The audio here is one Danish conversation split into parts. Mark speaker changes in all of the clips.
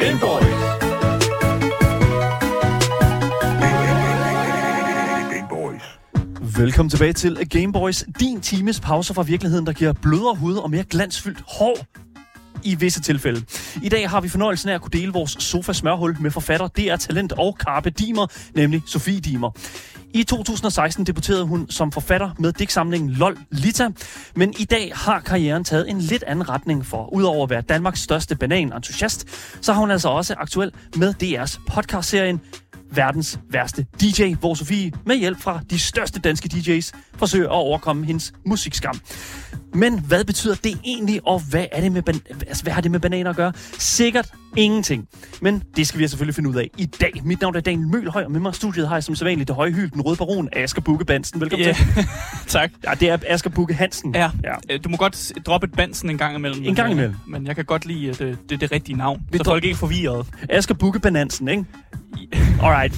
Speaker 1: Gameboys. Gameboys.
Speaker 2: Velkommen tilbage til A Game Boys, din times pause fra virkeligheden, der giver blødere hud og mere glansfyldt hår i visse tilfælde. I dag har vi fornøjelsen af at kunne dele vores sofa-smørhul med forfatter, DR Talent og Carpe Dimer, nemlig Sofie Dimer. I 2016 debuterede hun som forfatter med digtsamlingen LOL Lita, men i dag har karrieren taget en lidt anden retning for. Udover at være Danmarks største bananentusiast, så har hun altså også aktuel med DR's podcastserien verdens værste DJ, hvor Sofie med hjælp fra de største danske DJ's forsøger at overkomme hendes musikskam. Men hvad betyder det egentlig, og hvad, er det med ban- altså, hvad har det med bananer at gøre? Sikkert ingenting. Men det skal vi altså selvfølgelig finde ud af i dag. Mit navn er Daniel Mølhøj, og med mig i studiet har jeg som sædvanligt det høje hyl, den røde baron, Asger Bukke Bansen. Velkommen yeah. til.
Speaker 3: tak.
Speaker 2: Ja, det er Asger Bukke Hansen.
Speaker 3: Ja.
Speaker 2: ja.
Speaker 3: ja. Du må godt s- droppe et bansen en gang imellem.
Speaker 2: En gang
Speaker 3: men, øh,
Speaker 2: imellem.
Speaker 3: Men jeg kan godt lide at det, det er det rigtige navn,
Speaker 2: Vi
Speaker 3: så
Speaker 2: dro-
Speaker 3: folk ikke er forvirret.
Speaker 2: Asger Bukke Banansen, ikke? Alright.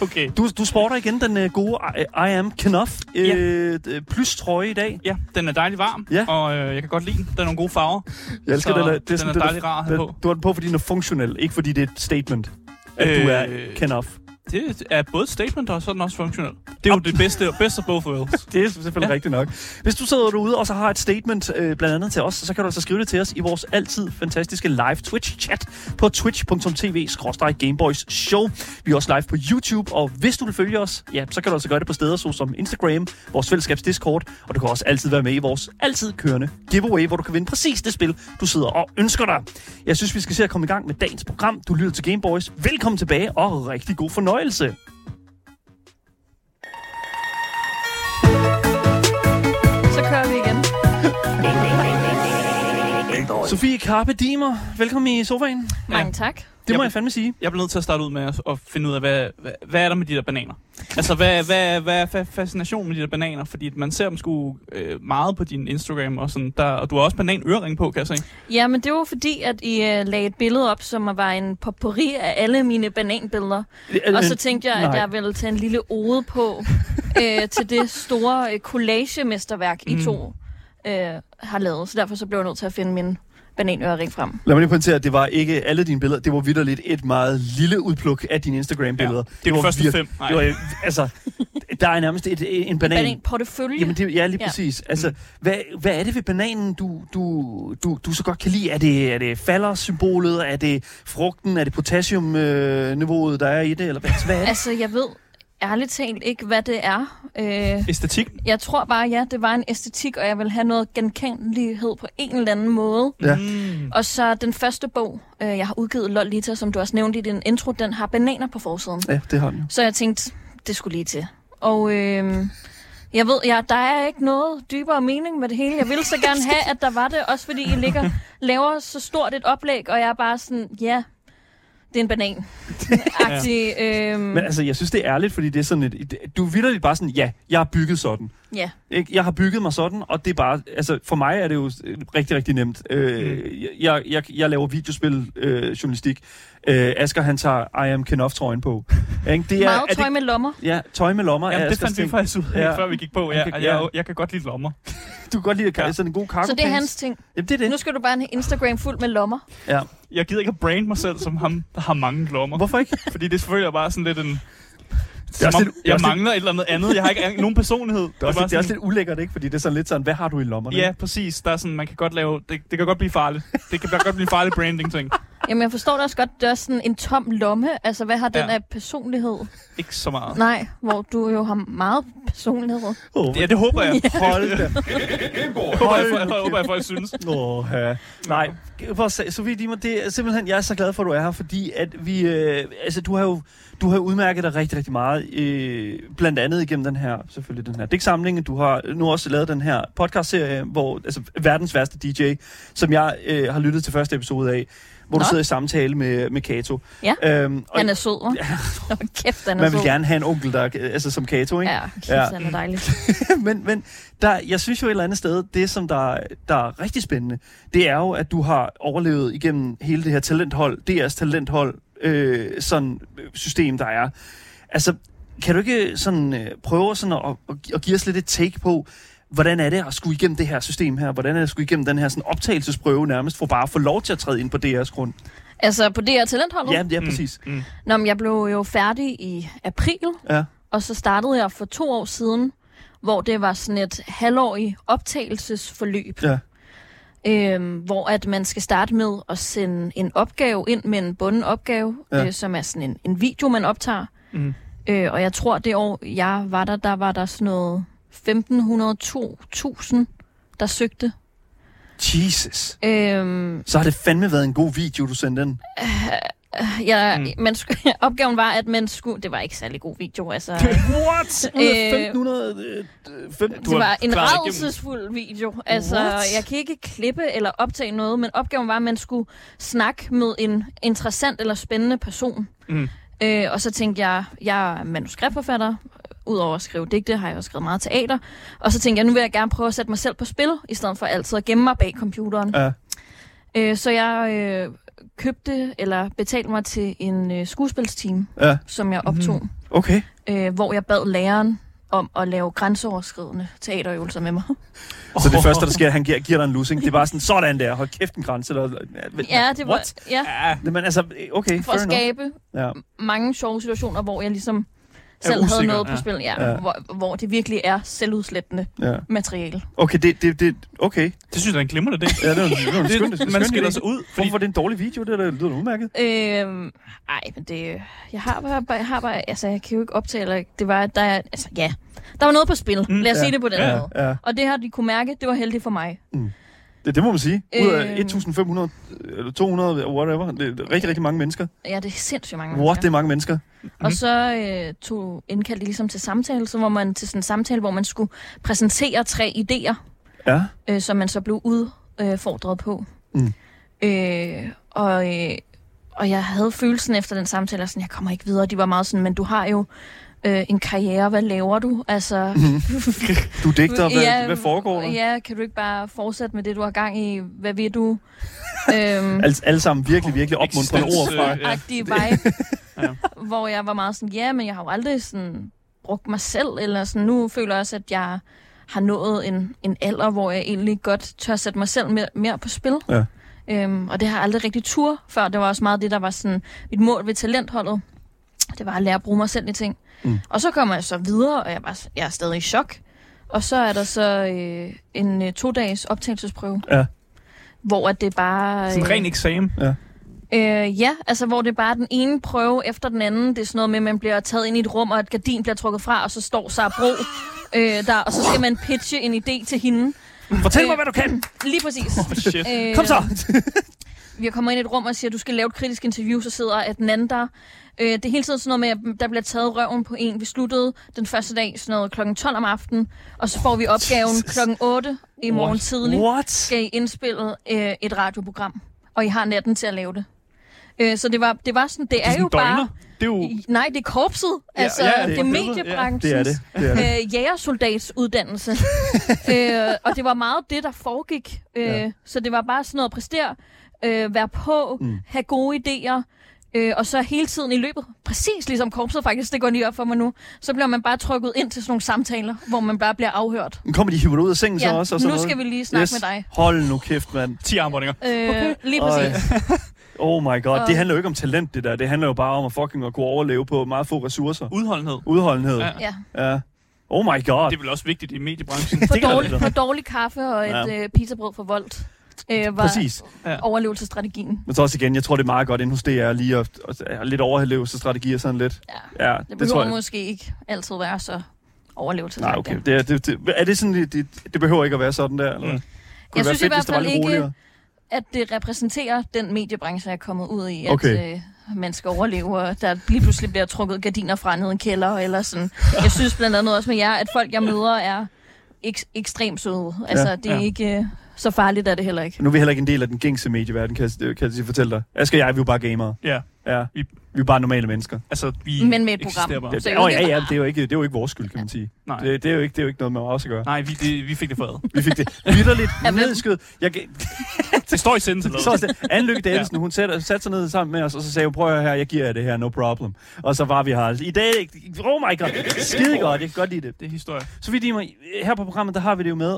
Speaker 3: Okay.
Speaker 2: Du, du sporter igen den øh, gode I, I Am Knopf øh,
Speaker 3: Ja.
Speaker 2: øh, plus trøje i dag.
Speaker 3: Ja, den er dejlig varm,
Speaker 2: Ja.
Speaker 3: og øh, jeg kan godt lide den. Den er nogle gode farver.
Speaker 2: Jeg elsker
Speaker 3: Så
Speaker 2: den, der, det
Speaker 3: den er
Speaker 2: sådan,
Speaker 3: dejlig rar at have
Speaker 2: den-
Speaker 3: på.
Speaker 2: Du har den på, fordi den er funktionel, ikke fordi det er et statement, at øh, du er
Speaker 3: Øh.
Speaker 2: Ken Off.
Speaker 3: Det er både statement og sådan også funktionel. Det er jo det bedste, bedste af both worlds.
Speaker 2: Det er selvfølgelig ja. rigtigt nok. Hvis du sidder derude og så har et statement øh, blandt andet til os, så kan du altså skrive det til os i vores altid fantastiske live Twitch-chat på twitch.tv-gameboys show. Vi er også live på YouTube, og hvis du vil følge os, ja, så kan du altså gøre det på steder såsom Instagram, vores fællesskabs Discord, og du kan også altid være med i vores altid kørende giveaway, hvor du kan vinde præcis det spil, du sidder og ønsker dig. Jeg synes, vi skal se at komme i gang med dagens program. Du lytter til Gameboys. Velkommen tilbage, og rigtig god fornøjelse.
Speaker 4: Så kører vi igen.
Speaker 1: Gameboys.
Speaker 2: Sofie Karpe Dimer, velkommen i sofaen.
Speaker 4: Mange tak.
Speaker 2: Det må
Speaker 3: Jamen.
Speaker 2: jeg fandme sige.
Speaker 3: Jeg bliver nødt til at starte ud med at, at finde ud af, hvad, hvad, hvad er der med de der bananer? Altså, hvad, hvad, hvad er fa- fascinationen med de der bananer? Fordi man ser dem sgu øh, meget på din Instagram, og, sådan, der, og du har også bananøring på, kan jeg se.
Speaker 4: Ja, men det var fordi, at I uh, lagde et billede op, som var en potpourri af alle mine bananbilleder. Og så tænkte jeg, at
Speaker 2: nej.
Speaker 4: jeg ville tage en lille ode på øh, til det store øh, collagemesterværk, mm. I to øh, har lavet. Så derfor så blev jeg nødt til at finde min bananøring frem.
Speaker 2: Lad mig lige pointere, at det var ikke alle dine billeder. Det var vidderligt et meget lille udpluk af dine Instagram-billeder.
Speaker 3: det er de
Speaker 2: var
Speaker 3: første
Speaker 2: virk-
Speaker 3: fem. Nej.
Speaker 2: Det var, øh, altså, der er nærmest et, øh, en banan.
Speaker 4: Banan portefølje.
Speaker 2: Jamen, det, ja, lige
Speaker 4: Ja.
Speaker 2: præcis. Altså, hvad, hvad er det ved bananen, du, du, du, du så godt kan lide? Er det, er det falder-symbolet? Er det frugten? Er det potassium-niveauet, der er i det? Eller hvad, hvad er det?
Speaker 4: Altså, jeg ved ærligt talt ikke, hvad det er. Øh,
Speaker 3: Æstetik.
Speaker 4: jeg tror bare, ja, det var en æstetik, og jeg vil have noget genkendelighed på en eller anden måde.
Speaker 2: Ja.
Speaker 3: Mm.
Speaker 4: Og så den første bog, øh, jeg har udgivet, Lol Lita, som du også nævnte i din intro, den har bananer på forsiden.
Speaker 2: Ja, det har den jo.
Speaker 4: Så jeg tænkte, det skulle lige til. Og øh, jeg ved, ja, der er ikke noget dybere mening med det hele. Jeg ville så gerne have, at der var det, også fordi I ligger, laver så stort et oplæg, og jeg er bare sådan, ja, det er en banan. Agtig, øh,
Speaker 2: Men altså, jeg synes, det er ærligt, fordi det er sådan et... Du er vidderligt bare sådan, ja, jeg er bygget sådan.
Speaker 4: ja.
Speaker 2: Ikke? Jeg har bygget mig sådan, og det er bare... Altså, for mig er det jo øh, rigtig, rigtig nemt. Øh, jeg, jeg, jeg laver videospil, øh, journalistik. Øh, Asger, han tager I am Knopf-trøjen på. Ikke? Det
Speaker 4: Meget
Speaker 2: er
Speaker 4: tøj
Speaker 2: det,
Speaker 4: med lommer.
Speaker 2: Ja, tøj med lommer
Speaker 3: Jamen,
Speaker 2: er
Speaker 3: det
Speaker 2: Askers
Speaker 3: fandt vi
Speaker 2: ting.
Speaker 3: faktisk ud af,
Speaker 2: Ja.
Speaker 3: ja. før vi gik på. Ja,
Speaker 2: kan-
Speaker 3: jeg,
Speaker 2: ja.
Speaker 3: jeg, jeg kan godt lide lommer.
Speaker 2: Du kan godt lide at kalde
Speaker 3: Ja.
Speaker 2: sådan en god cargo
Speaker 4: Så det er
Speaker 2: pants.
Speaker 4: hans ting.
Speaker 2: Jamen, det er det.
Speaker 4: Nu skal du bare have en Instagram fuld med lommer.
Speaker 2: Ja.
Speaker 3: Jeg gider ikke at brande mig selv som ham, der har mange lommer.
Speaker 2: Hvorfor ikke?
Speaker 3: Fordi det føler jeg bare sådan lidt en...
Speaker 2: er
Speaker 3: Som
Speaker 2: også
Speaker 3: om,
Speaker 2: lidt- det er
Speaker 3: jeg
Speaker 2: også lidt-
Speaker 3: mangler et eller andet andet. Jeg har ikke en- nogen personlighed.
Speaker 2: Det er, også,
Speaker 3: bare
Speaker 2: det er også
Speaker 3: sådan-
Speaker 2: lidt ulækkert, ikke? Fordi det er sådan lidt sådan, hvad har du i lommerne?
Speaker 3: Ja, præcis. Der er sådan, man kan godt lave... Det, det kan godt blive farligt. Det kan godt blive farligt branding-ting.
Speaker 4: Jamen, jeg forstår da også godt, det er også sådan en tom lomme. Altså, hvad har den
Speaker 3: Ja.
Speaker 4: af personlighed?
Speaker 3: Ikke så meget.
Speaker 4: Nej, hvor du jo har meget personlighed.
Speaker 2: Oh,
Speaker 3: Ja, det håber jeg.
Speaker 2: Hold da.
Speaker 3: Jeg håber, jeg, jeg, jeg, håber, jeg folk synes.
Speaker 2: Åh, ja. Nej, prøv at se, Sofie Dimer, det er simpelthen, jeg er så glad for, at du er her, fordi at vi, øh, altså du har jo, du har jo udmærket dig rigtig, rigtig meget, øh, blandt andet igennem den her, selvfølgelig den her digtsamling, du har nu også lavet den her podcastserie, hvor, altså verdens værste DJ, som jeg øh, har lyttet til første episode af, hvor Nå.
Speaker 4: Nå.
Speaker 2: du sidder i samtale med, med Kato.
Speaker 4: Ja.
Speaker 2: øhm, og
Speaker 4: Han er sød, hva'? Nå, kæft, han er
Speaker 2: man vil
Speaker 4: sød.
Speaker 2: gerne have en onkel, der, er- altså som Kato, ikke?
Speaker 4: Ja, kæft,
Speaker 2: Ja.
Speaker 4: han er dejlig.
Speaker 2: men, men der, jeg synes jo et eller andet sted, det som der, der er rigtig spændende, det er jo, at du har overlevet igennem hele det her talenthold, DR's talenthold, øh, sådan øh, system, der er. Altså, kan du ikke sådan øh, prøve sådan at, at, at give os lidt et take på, hvordan er det at skulle igennem det her system her? Hvordan er det at skulle igennem den her sådan optagelsesprøve nærmest, for bare at få lov til at træde ind på DR's grund?
Speaker 4: Altså på DR Talentholdet?
Speaker 2: Ja, ja, præcis.
Speaker 3: Mm.
Speaker 4: Nå, men jeg blev jo færdig i april,
Speaker 2: Ja.
Speaker 4: og så startede jeg for to år siden, hvor det var sådan et halvårig optagelsesforløb.
Speaker 2: Ja.
Speaker 4: Øhm, hvor at man skal starte med at sende en opgave ind med en bunden opgave,
Speaker 2: Ja.
Speaker 4: ja. øh, som er sådan en, en video, man optager.
Speaker 3: Mm.
Speaker 4: Øh, og jeg tror, det år, jeg var der, der var der sådan noget 1.502.000, der søgte.
Speaker 2: Jesus.
Speaker 4: Øhm,
Speaker 2: Så har det fandme været en god video, du sendte den.
Speaker 4: jeg, mm. man skulle, opgaven var, at man skulle... Det var ikke særlig god video, altså...
Speaker 2: What? Ud af 1500... Øh, øh, fem,
Speaker 4: Det var en
Speaker 3: klaret dig igennem.
Speaker 4: rædselsfuld video. Altså,
Speaker 2: What?
Speaker 4: jeg kan ikke klippe eller optage noget, men opgaven var, at man skulle snakke med en interessant eller spændende person.
Speaker 3: Mm.
Speaker 4: Øh, og så tænkte jeg, jeg er manuskriptforfatter. Udover at skrive digte, har jeg også skrevet meget teater. Og så tænkte jeg, nu vil jeg gerne prøve at sætte mig selv på spil, i stedet for altid at gemme mig bag computeren.
Speaker 2: Ja.
Speaker 4: Øh, så jeg øh, købte eller betalte mig til en øh, skuespilsteam,
Speaker 2: Ja,
Speaker 4: som jeg optog.
Speaker 2: okay.
Speaker 3: Mm.
Speaker 4: Øh, hvor jeg bad læreren om at lave grænseoverskridende teaterøvelser med mig.
Speaker 2: Så
Speaker 3: Oh.
Speaker 2: det første, der sker, han giver, giver dig en lussing. Det er bare sådan, sådan der. Hold kæft en grænse. Eller, øh,
Speaker 4: Ja, det var,
Speaker 2: What?
Speaker 4: ja
Speaker 3: Ja,
Speaker 2: Men altså, okay,
Speaker 4: for at
Speaker 2: fair enough.
Speaker 4: skabe
Speaker 2: Ja.
Speaker 4: mange sjove situationer, hvor jeg ligesom selv havde
Speaker 3: usikker,
Speaker 4: noget på
Speaker 3: ja.
Speaker 4: spil, ja,
Speaker 2: Ja.
Speaker 4: Hvor, hvor det virkelig er selvudslettende
Speaker 2: Ja.
Speaker 4: materiale.
Speaker 2: Okay, det, det, det, okay.
Speaker 3: det synes jeg er en glimrende idé.
Speaker 2: Ja, det var en, det var en skøn,
Speaker 3: Det, man skiller sig ud,
Speaker 2: Fordi...
Speaker 3: fordi
Speaker 2: Hvorfor var det en dårlig video? Det, der, det lyder da udmærket.
Speaker 4: Øhm, ej, men det... Jeg har bare... bare- Jeg, har bare altså, jeg kan jo ikke optage, eller, det var, der, er- altså, ja. Der var noget på spil.
Speaker 3: Mm,
Speaker 4: Lad os
Speaker 2: ja,
Speaker 4: sige det på den
Speaker 3: ja,
Speaker 4: måde.
Speaker 2: Ja,
Speaker 4: Og det har de kunne mærke, det var heldigt for mig.
Speaker 2: det, det må man sige. Ud af
Speaker 4: Øhm.
Speaker 2: 1500, eller 200, whatever. Det er rigtig, rigtig mange mennesker.
Speaker 4: Ja, det er sindssygt mange
Speaker 2: What, det er mange mennesker.
Speaker 4: Og så øh, tog indkaldte de ligesom til samtale, så var man til sådan en samtale, hvor man skulle præsentere tre idéer,
Speaker 2: Ja.
Speaker 4: øh, som man så blev udfordret på.
Speaker 2: Mm.
Speaker 4: Øh, og, øh, og jeg havde følelsen efter den samtale, at sådan, jeg kommer ikke videre. De var meget sådan, men du har jo øh, en karriere, hvad laver du? Altså,
Speaker 2: Du er digter, hvad, ja, hvad foregår der? Ja.
Speaker 4: Ja, kan du ikke bare fortsætte med det, du har gang i? Hvad ved du? øhm,
Speaker 2: Alle, alle sammen virkelig, virkelig opmuntrende ord fra.
Speaker 3: Eksistens, øh, ja.
Speaker 4: agtige vibe,
Speaker 3: Ja.
Speaker 4: ja. hvor jeg var meget sådan, ja, men jeg har jo aldrig sådan brugt mig selv, eller sådan, nu føler jeg også, at jeg har nået en, en alder, hvor jeg egentlig godt tør sætte mig selv mere, mere på spil.
Speaker 2: Ja.
Speaker 4: Øhm, og det har jeg aldrig rigtig tur før. Det var også meget det, der var sådan mit mål ved talentholdet. Det var at lære at bruge mig selv i ting.
Speaker 2: Mm.
Speaker 4: Og så kommer jeg så videre, og jeg, var, jeg er stadig i chok. Og så er der så øh, en øh, to-dages optagelsesprøve.
Speaker 2: Ja.
Speaker 4: Hvor at det bare...
Speaker 3: sådan en ren eksamen.
Speaker 4: Øh, ja, altså hvor det er bare den ene prøve efter den anden. Det er sådan noget med, at man bliver taget ind i et rum, og et gardin bliver trukket fra, og så står Sara Bro øh, der, og så skal man pitche en idé til hende.
Speaker 2: Fortæl mig, hvad du kan!
Speaker 4: Lige præcis.
Speaker 3: Shit.
Speaker 4: Øh,
Speaker 2: Kom så!
Speaker 4: Vi kommer ind i et rum og siger, at du skal lave et kritisk interview, så sidder at den anden der. Øh, det er hele tiden sådan noget med, at der bliver taget røven på en. Vi sluttede den første dag sådan noget kl. 12 om aftenen, og så får vi opgaven
Speaker 2: Jesus.
Speaker 4: kl. 8 i morgen
Speaker 3: What?
Speaker 4: tidlig
Speaker 2: What?
Speaker 4: skal I indspille øh, et radioprogram, og I har natten til at lave det. Øh, så det var, det var sådan, det, det er,
Speaker 3: sådan
Speaker 4: jo bare...
Speaker 3: døgner. Det er jo...
Speaker 4: Nej, det er korpset.
Speaker 3: Ja,
Speaker 4: altså,
Speaker 3: ja,
Speaker 4: ja,
Speaker 3: det
Speaker 4: det,
Speaker 3: er
Speaker 4: er
Speaker 3: helvede, ja.
Speaker 4: mediebranchens
Speaker 2: Det er det. det, er det.
Speaker 4: Øh, jægersoldatsuddannelse. øh, og det var meget det, der foregik. Øh,
Speaker 2: Ja.
Speaker 4: ja. Så det var bare sådan noget at præstere, øh, være på,
Speaker 2: Mm.
Speaker 4: mm. have gode idéer, øh, og så hele tiden i løbet, præcis ligesom korpset faktisk, det går lige op for mig nu, så bliver man bare trykket ind til sådan nogle samtaler, hvor man bare bliver afhørt.
Speaker 2: Nu kommer de hiver dig ud af sengen så også. Og sådan
Speaker 4: nu
Speaker 2: noget.
Speaker 4: skal vi lige snakke yes. med dig.
Speaker 2: Hold nu kæft, mand.
Speaker 3: 10 armbåndinger.
Speaker 4: Øh, lige
Speaker 2: Øj.
Speaker 4: præcis.
Speaker 2: Oh my god.
Speaker 4: Og-
Speaker 2: Det handler jo ikke om talent, det der. Det handler jo bare om at fucking at kunne overleve på meget få ressourcer.
Speaker 3: Udholdenhed.
Speaker 2: Udholdenhed.
Speaker 3: Ja.
Speaker 4: Ja.
Speaker 2: Ja. Oh my god.
Speaker 3: Det er vel også vigtigt i mediebranchen.
Speaker 4: For,
Speaker 2: Det kan
Speaker 4: dårlig,
Speaker 2: jeg
Speaker 4: for dårlig kaffe og et
Speaker 2: Ja.
Speaker 4: ja. øh, pizzabrød for voldt øh, var
Speaker 2: Præcis.
Speaker 4: overlevelsesstrategien.
Speaker 2: Men så også igen, jeg tror, det er meget godt inde hos DR lige at, at, at lidt overleve så strategier sådan lidt.
Speaker 4: Ja.
Speaker 2: Ja,
Speaker 4: Det
Speaker 2: det,
Speaker 4: behøver
Speaker 2: tror
Speaker 4: det
Speaker 2: jeg.
Speaker 4: måske ikke altid være så overlevelsesstrategien.
Speaker 2: Nej, okay. Det er, det, det, er det sådan, det, det, det behøver ikke at være sådan der? Eller?
Speaker 3: Mm.
Speaker 2: Mm.
Speaker 4: Jeg synes i hvert fald ikke- At det repræsenterer den mediebranche, jeg er kommet ud i, at
Speaker 2: Okay.
Speaker 4: øh, man skal overleve, og der lige pludselig bliver trukket gardiner fra ned i en kælder, eller sådan. Jeg synes blandt andet også med jer, at folk, jeg møder, er ek- ekstremt søde. Altså,
Speaker 2: Ja.
Speaker 4: ja. det er
Speaker 3: Ja.
Speaker 4: ikke... Øh, så farligt er det heller ikke.
Speaker 2: Nu er vi heller ikke en del af den gængse medieverden, kan jeg, kan jeg lige fortælle dig. Asger og jeg, vi er jo bare gamere.
Speaker 3: Ja.
Speaker 2: Ja, vi,
Speaker 3: Vi-
Speaker 2: vi er bare normale mennesker.
Speaker 3: Altså, vi
Speaker 4: Men med et program.
Speaker 3: eksisterer bare.
Speaker 2: Det,
Speaker 4: Så I
Speaker 2: det,
Speaker 4: er
Speaker 2: åh,
Speaker 4: jo
Speaker 2: ja,
Speaker 4: ikke-
Speaker 2: ja, det er, jo ikke, det er jo ikke vores skyld, kan man sige.
Speaker 3: Nej.
Speaker 2: Det, det, er jo ikke, det er jo ikke noget med os at gøre.
Speaker 3: Nej, vi, det, vi fik det foræret.
Speaker 2: Vi fik det vidderligt
Speaker 4: Ja, men-
Speaker 2: nedskydet. Jeg, kan-
Speaker 3: Det står i sendelsen.
Speaker 2: så også det. Anne Lykke Davidsen, hun satte, satte sig ned sammen med os, og så sagde hun, prøv at høre her, jeg giver jer det her, no problem. Og så var vi her. I dag, oh my god, skide godt, jeg kan godt lide det.
Speaker 3: Det er historie.
Speaker 2: Så vi Dimer, her på programmet, der har vi det jo med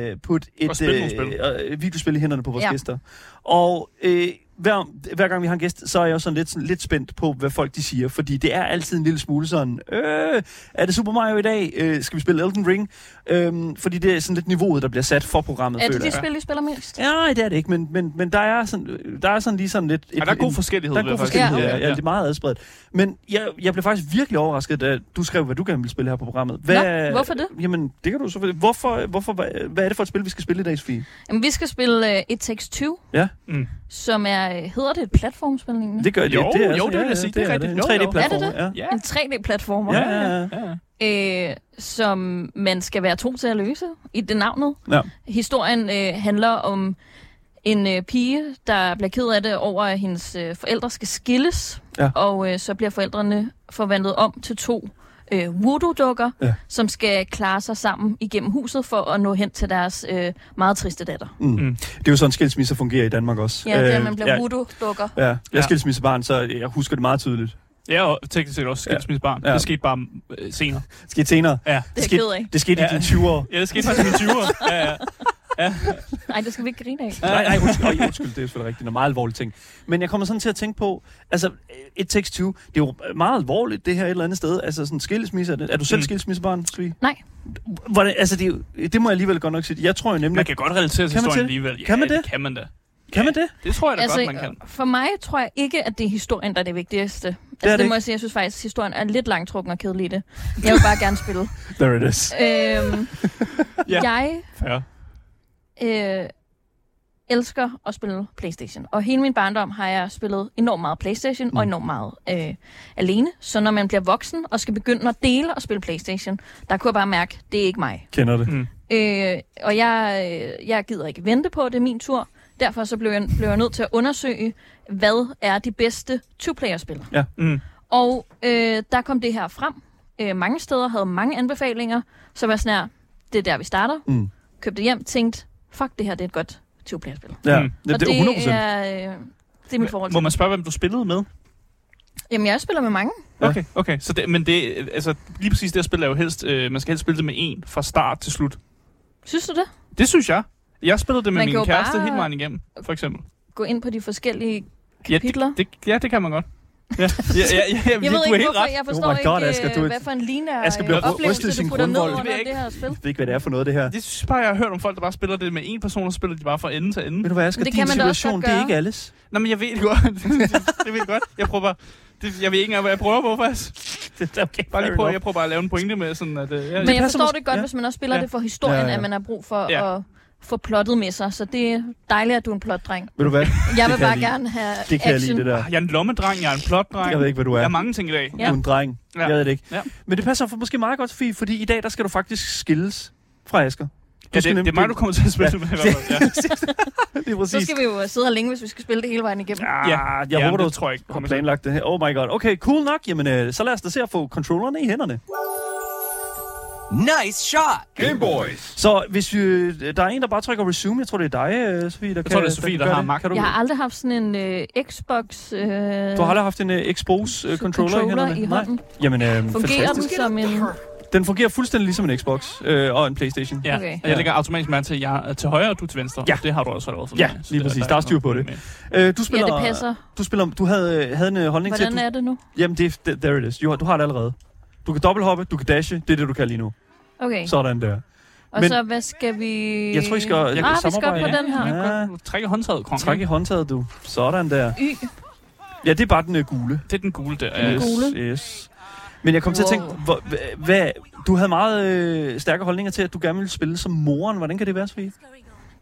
Speaker 2: at øh, putte et
Speaker 3: Og spille nogle spil.
Speaker 2: øh, øh, videospil i hænderne på vores ja.
Speaker 4: Ja.
Speaker 2: gæster. Og øh, hver, hver gang vi har en gæst, så er jeg jo sådan lidt, sådan lidt spændt på, hvad folk de siger. Fordi det er altid en lille smule sådan, øh, er det Super Mario i dag? Øh, skal vi spille Elden Ring? Øh, fordi det er sådan lidt niveauet, der bliver sat for programmet,
Speaker 4: Er
Speaker 2: føler
Speaker 4: det de
Speaker 2: jeg.
Speaker 4: spil, I spiller mest?
Speaker 2: Ja, nej, det er det ikke, men, men, men der, er sådan, der er sådan lige sådan lidt... Et,
Speaker 3: Ja, der er god
Speaker 2: en-
Speaker 3: forskellighed.
Speaker 2: der er god
Speaker 3: vil jeg faktisk
Speaker 2: forskellighed,
Speaker 3: sige.
Speaker 2: ja, ja, ja. Det er meget adspredt. Men jeg, jeg blev faktisk virkelig overrasket, da du skrev, hvad du gerne ville spille her på programmet. Hvad,
Speaker 4: Nå, hvorfor det?
Speaker 2: Jamen, det kan du selvfølgelig. Hvorfor, hvorfor, hvad, hvad er det for et spil, vi skal spille i dag, Sofie?
Speaker 4: Jamen, vi skal spille uh, It Takes Two,
Speaker 2: Ja.
Speaker 3: Mm.
Speaker 4: som er, øh, hedder det et platformspil egentlig?
Speaker 2: Det gør det.
Speaker 3: Jo,
Speaker 2: det
Speaker 3: jo, det vil jeg sige. Det er rigtigt.
Speaker 2: En
Speaker 3: Jo, jo.
Speaker 2: 3D-platform.
Speaker 4: Er det
Speaker 2: Ja.
Speaker 3: Ja,
Speaker 4: En 3D-platformer,
Speaker 2: Ja, ja, ja.
Speaker 3: ja.
Speaker 4: øh, som man skal være to til at løse i det navnet.
Speaker 2: Ja.
Speaker 4: Historien øh, handler om en øh, pige, der bliver ked af det over, at hendes øh, forældre skal skilles,
Speaker 2: Ja.
Speaker 4: og øh, så bliver forældrene forvandlet om til to øh, voodoo-dukker,
Speaker 2: Ja.
Speaker 4: som skal klare sig sammen igennem huset for at nå hen til deres øh, meget triste datter.
Speaker 2: Mm. Mm. Det er jo sådan, skilsmisser fungerer i Danmark også.
Speaker 4: Ja, det er,
Speaker 2: Øh,
Speaker 4: man bliver
Speaker 2: ja,
Speaker 4: voodoo-dukker.
Speaker 2: Ja, jeg er
Speaker 3: Ja.
Speaker 2: skilsmissebarn, så jeg husker det meget tydeligt.
Speaker 3: Ja, og teknisk set også skilsmissebarn.
Speaker 2: Ja.
Speaker 3: Ja. Det skete bare øh, senere.
Speaker 2: Det skete senere.
Speaker 3: Ja.
Speaker 4: Det er jeg
Speaker 2: skete,
Speaker 4: ked af.
Speaker 2: det skete ja. i
Speaker 3: Ja.
Speaker 2: dine 20'ere.
Speaker 3: ja, det skete faktisk i mine 20'er. Ja, ja.
Speaker 4: Nej, det skal vi ikke grine af.
Speaker 2: Nej, nej, undskyld, Øj, undskyld, det er selvfølgelig rigtigt. Det er meget alvorlige ting. Men jeg kommer sådan til at tænke på, altså, et tekst 20, det er jo meget alvorligt, det her et eller andet sted. Altså, sådan skilsmisse, er det- er du selv mm.
Speaker 3: Mm.
Speaker 2: skilsmissebarn, Svi?
Speaker 4: Nej.
Speaker 2: Hvordan, altså, det, er jo- det må jeg alligevel godt nok sige. Jeg tror jo nemlig...
Speaker 3: Man kan godt relatere til
Speaker 2: Kan man
Speaker 3: historien
Speaker 2: det?
Speaker 3: alligevel. Ja,
Speaker 2: Kan man det?
Speaker 3: kan man da.
Speaker 2: kan man det?
Speaker 3: Det tror jeg da
Speaker 4: Altså,
Speaker 3: godt, man kan.
Speaker 4: for mig tror jeg ikke, at det er historien, der er det vigtigste. Altså, det,
Speaker 2: det
Speaker 4: det
Speaker 2: ikke.
Speaker 4: må jeg sige, jeg synes faktisk, at historien er lidt langtrukken og kedelig i det. Jeg vil bare gerne spille.
Speaker 2: There it is.
Speaker 4: øhm,
Speaker 3: Ja.
Speaker 4: Jeg
Speaker 3: Ja.
Speaker 4: øh, elsker at spille Playstation. Og hele min barndom har jeg spillet enormt meget Playstation mm. og enormt meget øh, alene. Så når man bliver voksen og skal begynde at dele og spille Playstation, der kunne jeg bare mærke, det er ikke mig.
Speaker 2: Kender det.
Speaker 4: Øh, og jeg, øh, jeg gider ikke vente på, at det er min tur. Derfor så blev jeg, blev jeg nødt til at undersøge, hvad er de bedste two-player-spil.
Speaker 3: Mm.
Speaker 4: Og øh, der kom det her frem. Øh, mange steder havde mange anbefalinger. Så var jeg sådan her, det er der, vi starter.
Speaker 2: Mm.
Speaker 4: Købte det hjem, tænkte, fuck, det her det er et godt two-player-spil.
Speaker 2: Ja,
Speaker 3: Mm.
Speaker 2: ja
Speaker 4: og
Speaker 2: det er 100 procent.
Speaker 4: er, øh, det er mit forhold
Speaker 3: Må
Speaker 4: til.
Speaker 3: man spørge, hvem du spillede med?
Speaker 4: Jamen, jeg spiller med mange.
Speaker 2: Ja.
Speaker 3: Okay, okay. Så det, men det, altså, lige præcis det her spil er jo helst, øh, man skal helst spille det med en fra start til slut.
Speaker 4: Synes du det?
Speaker 3: Det synes jeg. Jeg spillede det med
Speaker 4: Man kan jo
Speaker 3: min kæreste
Speaker 4: bare-
Speaker 3: hele vejen igennem, for eksempel.
Speaker 4: Gå ind på de forskellige
Speaker 3: Ja,
Speaker 4: kapitler.
Speaker 3: Det, ja, det kan man godt. Ja, ja, ja, ja, ja
Speaker 4: jeg
Speaker 3: du
Speaker 4: ved
Speaker 3: er
Speaker 4: ikke,
Speaker 3: helt
Speaker 4: hvorfor.
Speaker 3: ret.
Speaker 4: Jeg
Speaker 2: Oh my
Speaker 4: forstår
Speaker 2: God,
Speaker 4: ikke,
Speaker 2: Asger, du er-
Speaker 4: øh, hvad for en lineær
Speaker 2: Asger
Speaker 4: øh,
Speaker 2: bliver rystet
Speaker 4: oplevelse,
Speaker 2: i
Speaker 4: du
Speaker 2: sin
Speaker 4: putter ned
Speaker 2: grundvold.
Speaker 4: under
Speaker 3: Det er
Speaker 4: det
Speaker 3: ikke-
Speaker 4: her spil.
Speaker 2: Jeg ved ikke, hvad det er for noget, det her.
Speaker 3: Det synes bare, jeg har hørt om folk, der bare spiller det med en person, og spiller de bare fra ende til ende.
Speaker 2: Ved du hvad, Asger,
Speaker 4: Men det
Speaker 2: din
Speaker 4: kan man da også
Speaker 2: situation,
Speaker 4: godt
Speaker 2: det er
Speaker 4: gøre.
Speaker 2: ikke alles.
Speaker 3: Nå, men jeg ved det godt. det ved jeg godt. Jeg prøver bare... Det, jeg ved ikke engang, hvad jeg prøver på, faktisk.
Speaker 2: Det er okay,
Speaker 3: Bare lige prøver, jeg prøver bare at lave en pointe med, sådan at... Øh, jeg,
Speaker 4: Men jeg
Speaker 2: passer
Speaker 4: forstår
Speaker 2: måske-
Speaker 4: det godt,
Speaker 2: ja.
Speaker 4: ja. hvis man også spiller
Speaker 3: Ja.
Speaker 4: ja. det for historien,
Speaker 2: Ja,
Speaker 4: ja,
Speaker 2: ja.
Speaker 4: ja. at man har brug for
Speaker 3: Ja.
Speaker 4: ja. at få plottet med sig. Så det er dejligt, at du er en plotdreng.
Speaker 2: Ved du hvad,
Speaker 4: Jeg
Speaker 2: Det
Speaker 4: vil
Speaker 2: kan
Speaker 4: bare
Speaker 2: jeg lide.
Speaker 4: gerne have
Speaker 2: det kan jeg
Speaker 4: action.
Speaker 2: lide, det der.
Speaker 3: jeg er en lommedreng, jeg er en plotdreng.
Speaker 2: Jeg ved ikke, hvad du er.
Speaker 3: Jeg er mange ting i dag.
Speaker 2: Ja.
Speaker 4: Ja.
Speaker 2: Du er en dreng. Ja.
Speaker 3: Ja.
Speaker 2: Jeg ved det ikke. Ja.
Speaker 3: Ja.
Speaker 2: Men det passer for måske meget godt, Fie, fordi i dag der skal du faktisk skilles fra Asger. Du
Speaker 3: Ja, det, det er mig, du kommer til at spille
Speaker 2: Ja.
Speaker 3: ja. med. i hvert fald. Ja.
Speaker 2: det er
Speaker 4: Så
Speaker 2: præcis.
Speaker 4: skal vi jo sidde her længe, hvis vi skal spille det hele vejen igennem. Ja.
Speaker 2: Ja, jeg
Speaker 3: Jamen,
Speaker 2: håber, du
Speaker 3: det tror jeg ikke.
Speaker 2: har
Speaker 3: kommer
Speaker 2: planlagt det her. Oh my god. Okay, cool nok. Jamen, øh, så lad os da se at få controllerne i hænderne.
Speaker 5: Nice shot!
Speaker 1: Game Boys.
Speaker 2: Så hvis vi, øh, der er en, der bare trykker resume, jeg tror, det er dig, øh, Sofie, der
Speaker 3: til.
Speaker 2: kan
Speaker 3: Jeg tror, det er Sofie,
Speaker 2: kan
Speaker 3: der
Speaker 2: gøre
Speaker 3: har
Speaker 2: det.
Speaker 3: magt.
Speaker 4: Jeg har aldrig haft sådan en øh, Xbox øh,
Speaker 2: Du har aldrig haft en uh, Expose-controller i
Speaker 4: controller
Speaker 2: hænderne?
Speaker 4: i
Speaker 2: Nej.
Speaker 4: hånden.
Speaker 2: Jamen, øh,
Speaker 4: Fungerer den
Speaker 2: fantastisk.
Speaker 4: som en...
Speaker 2: Den fungerer fuldstændig ligesom en Xbox øh, og en Playstation.
Speaker 3: Ja,
Speaker 4: Okay.
Speaker 3: okay. og jeg lægger automatisk mærke til, at jeg er til højre, og du er til venstre.
Speaker 2: Ja.
Speaker 3: Det har du også allerede fundet.
Speaker 2: Ja,
Speaker 3: ud af, så
Speaker 2: lige
Speaker 3: det
Speaker 2: præcis.
Speaker 3: ikke
Speaker 2: Der er styr på
Speaker 3: noget
Speaker 2: det.
Speaker 3: med.
Speaker 2: Øh, du
Speaker 4: Ja,
Speaker 2: spiller,
Speaker 4: det passer.
Speaker 2: Du, spiller, du havde, øh, havde en øh, holdning til, at
Speaker 4: Hvordan
Speaker 2: du
Speaker 4: er det nu?
Speaker 2: Jamen, det, er- det, there it is. Du har, du har det allerede. Du kan dobbelthoppe, du kan dashe, det er det, du kan lige nu.
Speaker 4: Okay,
Speaker 2: Sådan der.
Speaker 4: og
Speaker 2: men-
Speaker 4: så hvad skal vi...
Speaker 2: Jeg tror, I skal jeg,
Speaker 4: Ah, vi skal op
Speaker 2: samarbejde.
Speaker 4: på den her.
Speaker 2: Ja.
Speaker 3: Du trækker håndtaget, kongen.
Speaker 2: Ah, Træk i håndtaget, du. Sådan der.
Speaker 4: Y.
Speaker 2: Ja, det er bare den øh, gule.
Speaker 3: Det er den gule der.
Speaker 4: Den
Speaker 3: ja.
Speaker 4: gule.
Speaker 2: Yes. Men jeg kom til at tænke,
Speaker 4: Wow.
Speaker 2: hvor, hva- hvad, du havde meget øh, stærke holdninger til, at du gerne ville spille som moren. Hvordan kan det være, Sofie?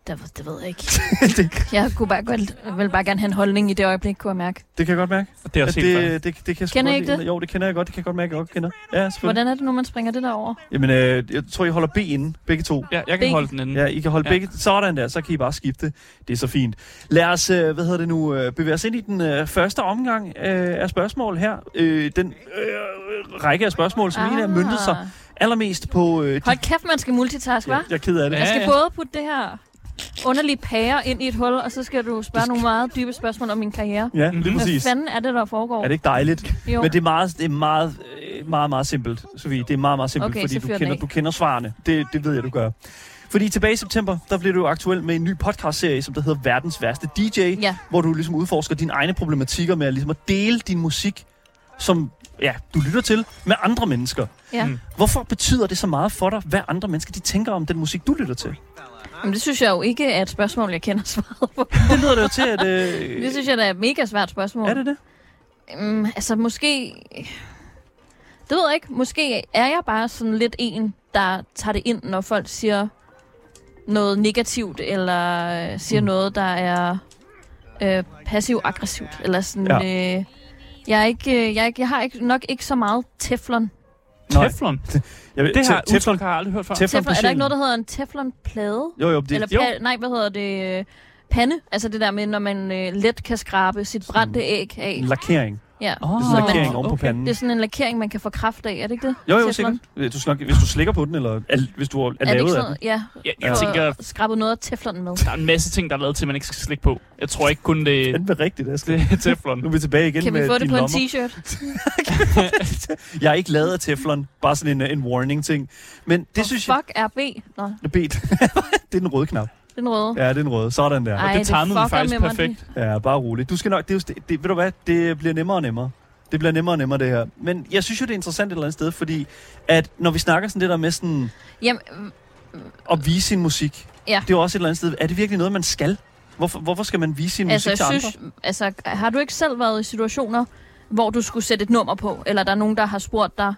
Speaker 4: Det, det ved jeg ikke.
Speaker 2: det,
Speaker 4: Jeg kunne bare godt, vil bare gerne have en holdning i det øjeblik, kunne jeg mærke.
Speaker 2: det kan jeg godt mærke.
Speaker 3: Og Det er
Speaker 2: At
Speaker 3: også helt fair.
Speaker 2: det, det, det, kan jeg sgu
Speaker 4: Kender I
Speaker 2: godt
Speaker 4: ikke
Speaker 2: lide.
Speaker 4: det?
Speaker 2: Jo, det kender jeg godt. Det kan jeg godt mærke, jeg godt kender. Ja, selvfølgelig.
Speaker 4: Hvordan er det nu, man springer det der over?
Speaker 2: Jamen, øh, jeg tror, I holder B inde, begge to.
Speaker 3: Ja, jeg kan
Speaker 4: Ben.
Speaker 3: holde den inde.
Speaker 2: Ja, I kan holde ja.
Speaker 3: Ja.
Speaker 2: begge. Sådan der, så kan I bare skifte. Det er så fint. Lad os, øh, hvad hedder det nu, øh, bevæge os ind i den øh, første omgang øh, af spørgsmål her. Øh, Den øh, række af spørgsmål, som ah. egentlig har myndet sig allermest på... Øh, de-
Speaker 4: Hold kæft, man skal multitaske,
Speaker 2: ja,
Speaker 4: hva'?
Speaker 2: jeg er ked af det.
Speaker 3: Ja,
Speaker 4: Man skal
Speaker 3: ja.
Speaker 4: både putte det her underlige pære ind i et hul, og så skal du spørge nogle meget dybe spørgsmål om min karriere.
Speaker 2: Ja, lige
Speaker 4: Mm. Hvad
Speaker 2: præcis.
Speaker 4: fanden er det, der foregår?
Speaker 2: Er det ikke dejligt?
Speaker 4: Jo.
Speaker 2: Men det er meget, det er meget, øh, meget, meget simpelt, Sofie. Det er meget, meget simpelt,
Speaker 4: Okay,
Speaker 2: fordi
Speaker 4: så
Speaker 2: du
Speaker 4: fyr den
Speaker 2: kender,
Speaker 4: af.
Speaker 2: du kender svarene. Det, det ved jeg, du gør. Fordi tilbage i september, der blev du jo aktuel med en ny podcastserie, som der hedder Verdens Værste DJ,
Speaker 4: Ja.
Speaker 2: hvor du ligesom udforsker dine egne problematikker med at, ligesom at dele din musik, som ja, du lytter til, med andre mennesker.
Speaker 4: Ja.
Speaker 3: Mm.
Speaker 4: Mm.
Speaker 2: Hvorfor betyder det så meget for dig, hvad andre mennesker de tænker om den musik, du lytter til?
Speaker 4: Men det synes jeg jo ikke er et spørgsmål, jeg kender svaret på.
Speaker 2: Det lyder det jo til, at... Øh,
Speaker 4: Det synes jeg, der er et mega svært spørgsmål.
Speaker 2: er det det?
Speaker 4: Mm, altså måske... Det ved jeg ikke. Måske er jeg bare sådan lidt en, der tager det ind, når folk siger noget negativt, eller øh, siger mm. noget, der er øh, passiv-aggressivt. Eller sådan... Ja. Øh, jeg, er ikke, øh, jeg, er ikke, jeg har ikke, nok ikke så meget teflon.
Speaker 2: Nej.
Speaker 3: Teflon.
Speaker 2: Jeg, ved-
Speaker 3: Det her
Speaker 2: te-
Speaker 3: udtryk har jeg aldrig hørt før.
Speaker 2: Teflon på
Speaker 4: teflon er der ikke
Speaker 2: sjælen.
Speaker 4: noget, der hedder en teflonplade?
Speaker 2: Jo, jo, det,
Speaker 4: Eller
Speaker 3: jo.
Speaker 4: pa- nej, hvad hedder det? øh, Pande. Altså det der med, når man øh, let kan skrabe sit brændte æg af.
Speaker 2: lakering.
Speaker 4: Ja.
Speaker 2: Det er
Speaker 4: Så
Speaker 2: sådan en
Speaker 4: man-
Speaker 2: lakering oven på panden.
Speaker 4: Det er sådan en lakering, man kan få kraft af, er det ikke det?
Speaker 2: Mm. Jo, jo,
Speaker 4: Teflon?
Speaker 2: sikkert. Øh, Du snak, hvis du slikker på den, eller er, hvis du er,
Speaker 4: Er det
Speaker 2: lavet
Speaker 4: ikke
Speaker 2: af den.
Speaker 4: sådan, ja,
Speaker 3: Jeg,
Speaker 2: Ja.
Speaker 3: jeg tænker,
Speaker 4: og skrabet noget af teflonen med.
Speaker 3: der er en masse ting, der er lavet til, man ikke skal slikke på. Jeg tror ikke kun det,
Speaker 2: Den er rigtigt, Aske.
Speaker 3: det er
Speaker 2: Nu
Speaker 3: teflon.
Speaker 2: er vi tilbage igen
Speaker 4: Kan
Speaker 2: med
Speaker 4: vi få det
Speaker 2: dine
Speaker 4: på en
Speaker 2: lommer.
Speaker 4: t-shirt?
Speaker 2: Jeg er ikke lavet af teflon. Bare sådan en, øh, en warning-ting. Men det
Speaker 4: Hvor
Speaker 2: synes jeg...
Speaker 4: fuck er B? Nå,
Speaker 2: Jeg bedt. det er den røde knap.
Speaker 4: den røde.
Speaker 2: Ja, det er den røde. Sådan der.
Speaker 4: Ej,
Speaker 3: det timede vi
Speaker 4: fucker
Speaker 3: faktisk
Speaker 4: med mig
Speaker 3: perfekt.
Speaker 4: lige.
Speaker 2: Ja, bare roligt. Du skal nok, det er jo, st- det, ved du hvad, det bliver nemmere og nemmere. Det bliver nemmere og nemmere, det her. Men jeg synes jo, det er interessant et eller andet sted, fordi at når vi snakker sådan det der med sådan
Speaker 4: Jamen,
Speaker 2: Mm, at vise sin musik,
Speaker 4: Ja.
Speaker 2: det er jo også et eller andet sted, er det virkelig noget, man skal? Hvorfor, hvorfor skal man vise sin
Speaker 4: altså,
Speaker 2: musik
Speaker 4: jeg
Speaker 2: til andre?
Speaker 4: synes, altså, har du ikke selv været i situationer, hvor du skulle sætte et nummer på, eller der er nogen, der har spurgt dig,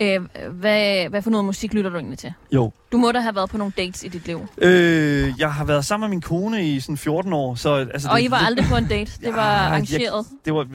Speaker 4: øh, hvad, hvad for noget musik lytter du egentlig til?
Speaker 2: Jo,
Speaker 4: Du må da have været på nogle dates i dit liv.
Speaker 2: Øh, jeg har været sammen med min kone i sådan 14 år, så... Altså,
Speaker 4: Og
Speaker 2: det-
Speaker 4: I var aldrig på en date. Det var
Speaker 2: Ja, jeg-
Speaker 4: arrangeret.
Speaker 2: Det var,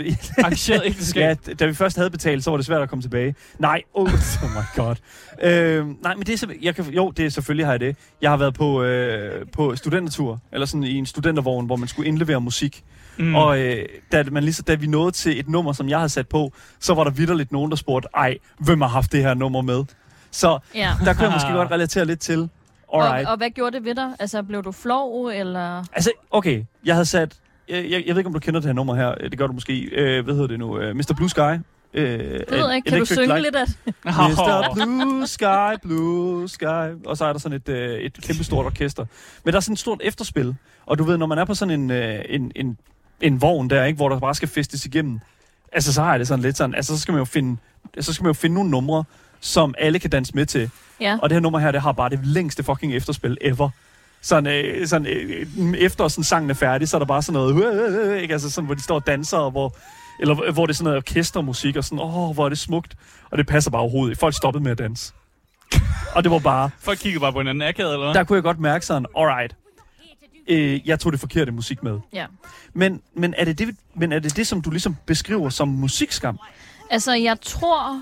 Speaker 3: Arrangeret ægteskab.
Speaker 2: ja, d- da vi først havde betalt, så var det svært at komme tilbage. Nej, oh, oh my god. Øh, nej, men det er, simpel- jeg kan, jo, det er selvfølgelig har jeg det. Jeg har været på, øh, på studentertur, eller sådan i en studentervogn, hvor man skulle indlevere musik. Mm. Og øh, da, man lige, så- da vi nåede til et nummer, som jeg havde sat på, så var der vidderligt nogen, der spurgte, ej, hvem har haft det her nummer med? Så
Speaker 4: Ja.
Speaker 2: der kunne jeg måske godt relatere lidt til. Alright.
Speaker 4: Ah. Og, og hvad gjorde det ved dig? Altså, blev du flov, eller...
Speaker 2: Altså, okay, jeg havde sat... Jeg, jeg, jeg ved ikke, om du kender det her nummer her. Det gør du måske. Øh, hvad hedder det nu? Øh, Mr. Blue Sky. Øh, det
Speaker 4: Det ved jeg ikke. Kan du synge lidt af
Speaker 2: Mr. Blue Sky, Blue Sky. Og så er der sådan et, øh, et kæmpestort orkester. Men der er sådan et stort efterspil. Og du ved, når man er på sådan en, øh, en, en, en vogn der, ikke, hvor der bare skal festes igennem, altså så har jeg det sådan lidt sådan, altså så skal man jo finde, så skal man jo finde nogle numre, som alle kan danse med til.
Speaker 4: Ja.
Speaker 2: Og det her nummer her, det har bare det længste fucking efterspil ever. Sådan, øh, sådan øh, øh, efter sådan sangen er færdig, så er der bare sådan noget, øh, øh, øh, ikke? Altså sådan, hvor de står og danser, og hvor, eller hvor- hvor det er sådan noget orkestermusik, og sådan, åh, hvor er det smukt. Og det passer bare overhovedet ikke. Folk stoppede med at danse. og det var bare,
Speaker 3: Folk kigger bare på hinanden akavet, eller hvad?
Speaker 2: der kunne jeg godt mærke sådan, alright, øh, jeg tog det forkerte musik med.
Speaker 4: Ja.
Speaker 2: Men, men, er det det, men er det det, som du ligesom beskriver som musikskam?
Speaker 4: Altså, jeg tror...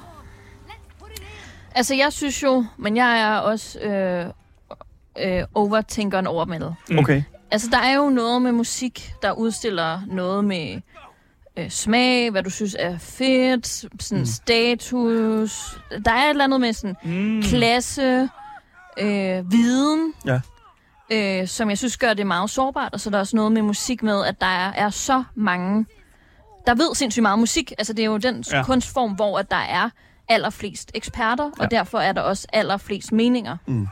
Speaker 4: Altså, jeg synes jo, men jeg er også øh, øh, overtænkeren overmeldet.
Speaker 3: Mm.
Speaker 2: Okay.
Speaker 4: Altså, der er jo noget med musik, der udstiller noget med øh, smag, hvad du synes er fedt, sådan mm. status. Der er et eller andet med sådan
Speaker 3: Mm.
Speaker 4: klasse, øh, viden,
Speaker 2: Ja.
Speaker 4: øh, som jeg synes gør det meget sårbart. Og så er der også noget med musik med, at der er, er så mange, der ved sindssygt meget om musik. Altså det er jo den
Speaker 3: Ja.
Speaker 4: ja. kunstform, hvor at der er allerflest eksperter, og derfor er der også allerflest meninger.
Speaker 2: Mm.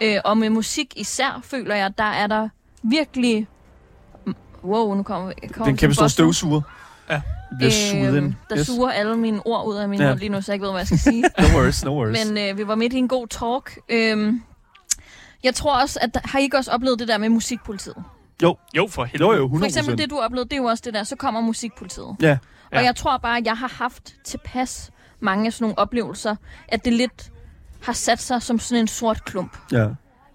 Speaker 4: Øh, og med musik især, føler jeg, der er der virkelig... Wow, nu kommer, jeg kommer
Speaker 2: Den
Speaker 4: til
Speaker 2: kæmpe store
Speaker 4: bossen.
Speaker 2: støvsuger.
Speaker 3: Ja.
Speaker 2: Bliver suget ind.
Speaker 4: Øhm, der yes. suger alle mine ord ud af min
Speaker 2: Ja.
Speaker 4: ja. mund lige nu, så jeg ikke ved, hvad jeg skal sige.
Speaker 2: No worries, no worries.
Speaker 4: Men øh, vi var midt i en god talk. Øhm, jeg tror også, at der- har I ikke også oplevet det der med musikpolitiet?
Speaker 3: Jo, for helvede.
Speaker 2: jo, jo, 100%.
Speaker 4: For eksempel det, du oplevede, det er jo også det der, så kommer musikpolitiet.
Speaker 2: Ja.
Speaker 3: Ja.
Speaker 4: Ja. Og jeg tror bare, at jeg har haft tilpas mange af sådan nogle oplevelser, at det lidt har sat sig som sådan en sort klump.
Speaker 2: Ja.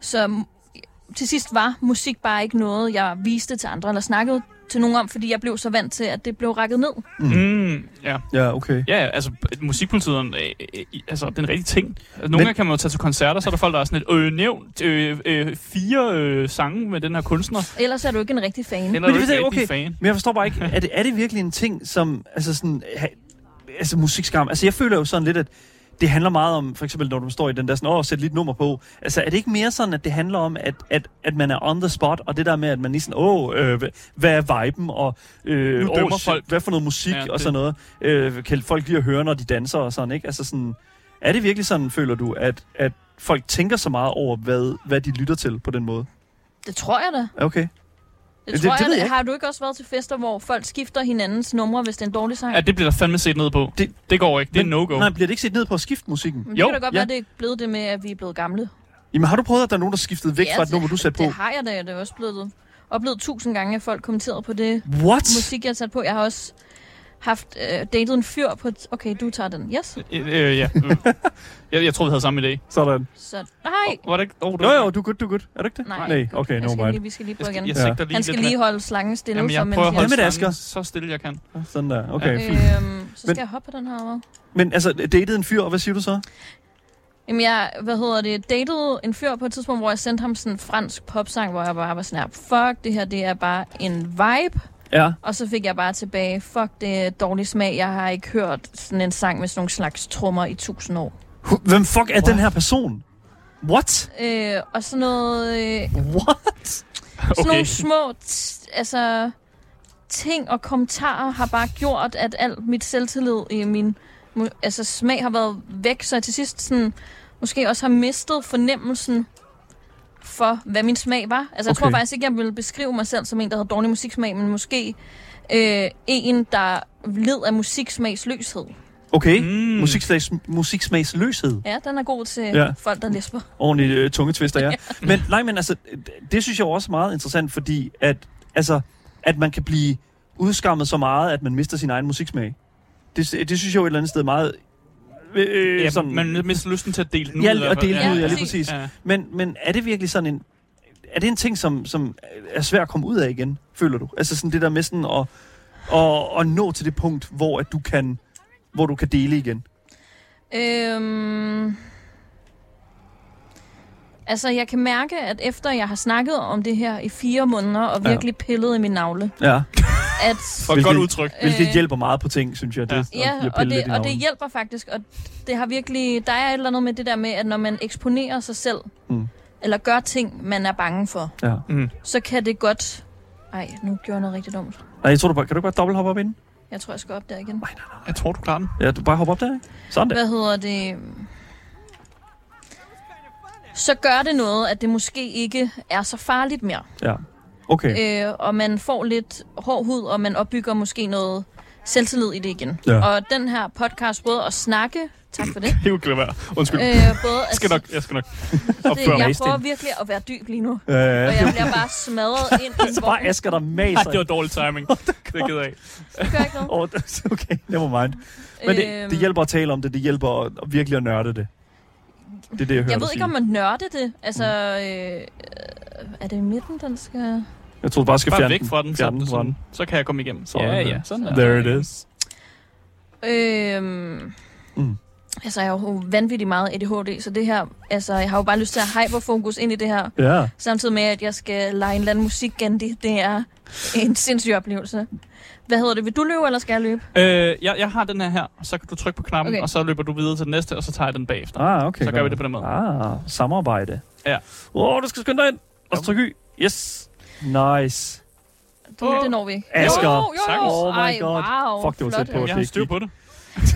Speaker 4: Så m- til sidst var musik bare ikke noget, jeg viste til andre eller snakkede til nogen om, fordi jeg blev så vant til, at det blev rakket ned.
Speaker 3: Mm, ja.
Speaker 2: ja, okay.
Speaker 3: Ja, ja, altså musikpolitiet, øh, øh, i- altså det er en rigtig ting. Altså, Nogle gange kan man jo tage til koncerter, så er der folk, der er sådan et, øh, nævnt øh, øh, fire øh, sange med den her kunstner.
Speaker 4: Ellers er du ikke en rigtig fan.
Speaker 3: Eller er du
Speaker 2: det
Speaker 3: ikke
Speaker 2: ved jeg,
Speaker 3: rigtig
Speaker 2: okay.
Speaker 3: fan.
Speaker 2: Men jeg forstår bare ikke, er det, er det virkelig en ting, som, altså sådan, ha, altså musikskam, altså jeg føler jo sådan lidt, at det handler meget om, for eksempel når du står i den der sådan, åh, sæt lidt nummer på, altså er det ikke mere sådan, at det handler om, at, at, at man er on the spot, og det der med, at man lige sådan, åh, øh, hva- hvad er viben, og øh,
Speaker 3: Nu dømmer
Speaker 2: shit,
Speaker 3: folk.
Speaker 2: hvad for noget musik,
Speaker 3: Ja,
Speaker 2: ja,
Speaker 3: det-
Speaker 2: og sådan noget, øh, kan folk lige at høre, når de danser og sådan, ikke? Altså sådan, er det virkelig sådan, føler du, at, at folk tænker så meget over, hvad, hvad de lytter til på den måde.
Speaker 4: Det tror jeg da.
Speaker 2: Ja, Okay.
Speaker 4: Det,
Speaker 2: det
Speaker 4: tror
Speaker 2: ved
Speaker 4: jeg,
Speaker 2: jeg
Speaker 4: da.
Speaker 2: ikke.
Speaker 4: Har du ikke også været til fester, hvor folk skifter hinandens numre, hvis det er en dårlig sang?
Speaker 3: Ja, det bliver der fandme set ned på.
Speaker 2: Det-
Speaker 3: Det, det går ikke. Det er
Speaker 2: Men-
Speaker 3: no-go.
Speaker 2: Nej, bliver det ikke set ned på at skifte musikken?
Speaker 4: Men det
Speaker 3: Jo,
Speaker 4: kan da godt
Speaker 2: ja.
Speaker 4: være, det er blevet det med, at vi er blevet gamle.
Speaker 2: Jamen har du prøvet, at der er nogen, der skiftede væk
Speaker 4: Ja,
Speaker 2: fra et
Speaker 4: det-
Speaker 2: nummer, du satte på?
Speaker 4: Det har jeg da, det er også blevet oplevet tusind gange, at folk kommenterede på det
Speaker 2: What?
Speaker 4: musik, jeg har sat på. Jeg har også haft øh, datet en fyr på... et- Okay, du tager den. Yes.
Speaker 3: Øh, øh, ja. Mm. jeg, jeg troede, vi havde samme idé.
Speaker 2: Sådan.
Speaker 4: Så, nej.
Speaker 3: Var det ikke? Oh, det
Speaker 2: Jo,
Speaker 3: var-
Speaker 2: jo, du er good, du er good. Er du ikke det?
Speaker 4: Nej.
Speaker 2: Nej, okay,
Speaker 4: Jeg
Speaker 2: no
Speaker 4: skal
Speaker 2: mind.
Speaker 4: lige, vi skal lige
Speaker 3: Jeg,
Speaker 4: prøve igen.
Speaker 3: skal, jeg
Speaker 2: Ja.
Speaker 3: sigter lige
Speaker 4: Han skal
Speaker 3: lidt
Speaker 4: lige
Speaker 3: med-
Speaker 4: holde slangen stille,
Speaker 3: Jamen, jeg
Speaker 4: så
Speaker 3: prøver at
Speaker 2: Hvad med
Speaker 3: holde
Speaker 2: det,
Speaker 3: stangen
Speaker 2: Asger?
Speaker 3: så stille, jeg kan.
Speaker 2: Sådan der, okay.
Speaker 3: Ja.
Speaker 2: fint.
Speaker 4: øhm, så skal
Speaker 2: Men-
Speaker 4: jeg hoppe på den her, hva'?
Speaker 2: Men altså, datede en fyr, og hvad siger du så?
Speaker 4: Jamen, jeg, hvad hedder det, datede en fyr på et tidspunkt, hvor jeg sendte ham sådan en fransk popsang, hvor jeg bare var sådan her, fuck, det her, det er bare en vibe.
Speaker 2: Ja.
Speaker 4: Og så fik jeg bare tilbage, fuck, det er dårlig smag, jeg har ikke hørt sådan en sang med sådan nogle slags trommer i tusind år.
Speaker 2: Hu- Hvem fuck er den her person? What?
Speaker 4: Øh, og sådan noget, øh, sådan
Speaker 2: What?
Speaker 4: nogle små, t- altså, ting og kommentarer har bare gjort, at alt mit selvtillid i min mu- altså, smag har været væk, så jeg til sidst sådan, måske også har mistet fornemmelsen for, hvad min smag var. Altså, jeg
Speaker 2: Okay.
Speaker 4: tror faktisk ikke, jeg ville beskrive mig selv som en, der havde dårlig musiksmag, men måske øh, en, der led af musiksmagsløshed.
Speaker 2: Okay.
Speaker 3: Mm.
Speaker 2: Musikslags, musiksmagsløshed.
Speaker 4: Ja, den er god til
Speaker 2: Ja.
Speaker 4: ja. folk, der læsper.
Speaker 2: Ordentligt øh, tungetvister, ja. men, nej, men altså, det- det synes jeg jo også er meget interessant, fordi at, altså, at man kan blive udskammet så meget, at man mister sin egen musiksmag. Det, det synes jeg jo et eller andet sted er meget... Øh,
Speaker 3: Ja,
Speaker 2: ja, sådan,
Speaker 3: man mister lysten til at dele den ud. i
Speaker 2: ja,
Speaker 3: hvert
Speaker 2: og
Speaker 3: fald.
Speaker 2: dele ja, ud, ja, lige
Speaker 4: præcis.
Speaker 2: præcis.
Speaker 3: Ja.
Speaker 2: Men, men er det virkelig sådan en... Er det en ting, som, som er svær at komme ud af igen, føler du? Altså sådan det der med sådan at, at, at nå til det punkt, hvor at du kan hvor du kan dele igen.
Speaker 4: Øhm, altså, jeg kan mærke, at efter jeg har snakket om det her i fire måneder, og
Speaker 2: Ja.
Speaker 4: virkelig pillet i min navle,
Speaker 2: Ja.
Speaker 4: at...
Speaker 3: For et
Speaker 2: Hvilket-
Speaker 3: godt udtryk.
Speaker 2: Hvilket
Speaker 4: Øh,
Speaker 2: hjælper meget på ting, synes jeg. Det,
Speaker 3: Ja.
Speaker 2: at lige
Speaker 4: Ja,
Speaker 2: at
Speaker 4: og
Speaker 2: pille
Speaker 4: det,
Speaker 2: lidt i
Speaker 4: og det
Speaker 2: navlen.
Speaker 4: hjælper faktisk, og det har virkelig... Der er et eller andet med det der med, at når man eksponerer sig selv,
Speaker 2: Mm.
Speaker 4: mm. eller gør ting, man er bange for,
Speaker 2: Ja.
Speaker 3: Mm.
Speaker 4: så kan det godt... Ej, nu gjorde jeg noget rigtig dumt.
Speaker 2: Nej, jeg tror, du bare, kan du ikke bare dobbelthoppe op inden?
Speaker 4: Jeg tror, jeg skal op der igen.
Speaker 3: Jeg tror, du klarer den.
Speaker 2: Ja, du bare hopper op der, ikke? Sådan der.
Speaker 4: Hvad hedder det? Så gør det noget, at det måske ikke er så farligt mere.
Speaker 2: Ja. Okay.
Speaker 4: øh, og man får lidt hård hud, og man opbygger måske noget selvtillid i det igen.
Speaker 2: Ja.
Speaker 4: Ja. Og den her podcast, både at snakke, tak for det,
Speaker 3: Det er jo ikke være. Undskyld. Øh,
Speaker 4: øh, både at
Speaker 3: jeg skal nok, jeg skal nok opføre
Speaker 4: det,
Speaker 3: mig.
Speaker 4: jeg
Speaker 2: mest
Speaker 4: prøver
Speaker 2: ind.
Speaker 4: virkelig at være dyb lige nu, og
Speaker 2: Øh,
Speaker 4: jeg bliver bare smadret ind i
Speaker 2: så bare
Speaker 4: vognen.
Speaker 2: Asger, der
Speaker 3: Ej,
Speaker 2: maser.
Speaker 3: Ah, det var dårlig timing. Det gider jeg ikke.
Speaker 4: Det gør ikke noget.
Speaker 2: Åh, okay, never mind. Men det,
Speaker 4: Øhm.
Speaker 2: det hjælper at tale om det, det hjælper at, at virkelig at nørde det. Det er det, jeg hører
Speaker 4: jeg
Speaker 2: dig
Speaker 4: ved
Speaker 2: sige. Mm.
Speaker 4: ikke, om man nørder det. Altså, øh, øh, er det i midten, den skal...
Speaker 2: Jeg tror du bare skal
Speaker 3: Bare
Speaker 2: fjerne
Speaker 3: væk fra den, så,
Speaker 2: Fjerne den fra den.
Speaker 3: sådan, så kan jeg komme igennem.
Speaker 2: Sådan
Speaker 3: ja,
Speaker 2: der.
Speaker 3: ja, sådan der.
Speaker 2: There it is.
Speaker 4: Øhm,
Speaker 2: Mm.
Speaker 4: mm. Altså, jeg har jo vanvittigt meget ADHD, så det her... Altså, jeg har jo bare lyst til at hyperfokus ind i det her
Speaker 2: Ja.
Speaker 4: Samtidig med, at jeg skal lege en eller anden musik Gandhi. Det er en sindssyg oplevelse. Hvad hedder det? Vil du løbe, eller skal jeg løbe?
Speaker 3: Øh, jeg, jeg har den her her, og så kan du trykke på knappen,
Speaker 4: Okay.
Speaker 3: og så løber du videre til den næste, og så tager jeg den bagefter.
Speaker 2: Ah, okay.
Speaker 3: Så gør vi det på den måde.
Speaker 2: Ah, samarbejde.
Speaker 3: Ja.
Speaker 2: Åh, oh, du skal skynde dig ind. Og så tryk Y. Yes. Nice.
Speaker 4: Det,
Speaker 3: Åh,
Speaker 4: det når vi ikke.
Speaker 2: Asger.
Speaker 4: Jo, jo, jo.
Speaker 3: Sagtens.
Speaker 2: Oh my
Speaker 4: Ej,
Speaker 2: God.
Speaker 4: Wow,
Speaker 2: Fuck, det var
Speaker 4: flot,
Speaker 2: tæt på.
Speaker 4: altså.
Speaker 3: Jeg har styr på det.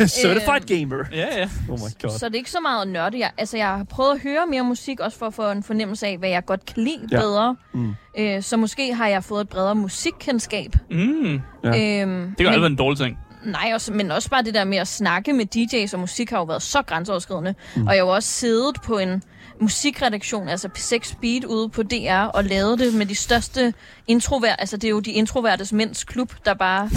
Speaker 2: Certified gamer.
Speaker 3: Ja, ja.
Speaker 2: Oh my god.
Speaker 4: Øhm, Så det er ikke så meget nørde. Jeg, altså, jeg har prøvet at høre mere musik, også for at få en fornemmelse af, hvad jeg godt kan lide
Speaker 2: Ja.
Speaker 4: ja. bedre.
Speaker 2: Mm.
Speaker 4: Øh, så måske har jeg fået et bredere musikkendskab.
Speaker 3: Mm.
Speaker 2: Ja.
Speaker 4: Øhm,
Speaker 3: Det gør altid
Speaker 4: men,
Speaker 3: en dårlig ting.
Speaker 4: nej, også, men også bare det der med at snakke med DJ's og musik har jo været så grænseoverskridende. Mm. Og jeg har jo også siddet på en musikredaktion, altså P6 Beat ude på DR, og lavet det med de største introvert, altså det er jo de introvertes mænds klub, der bare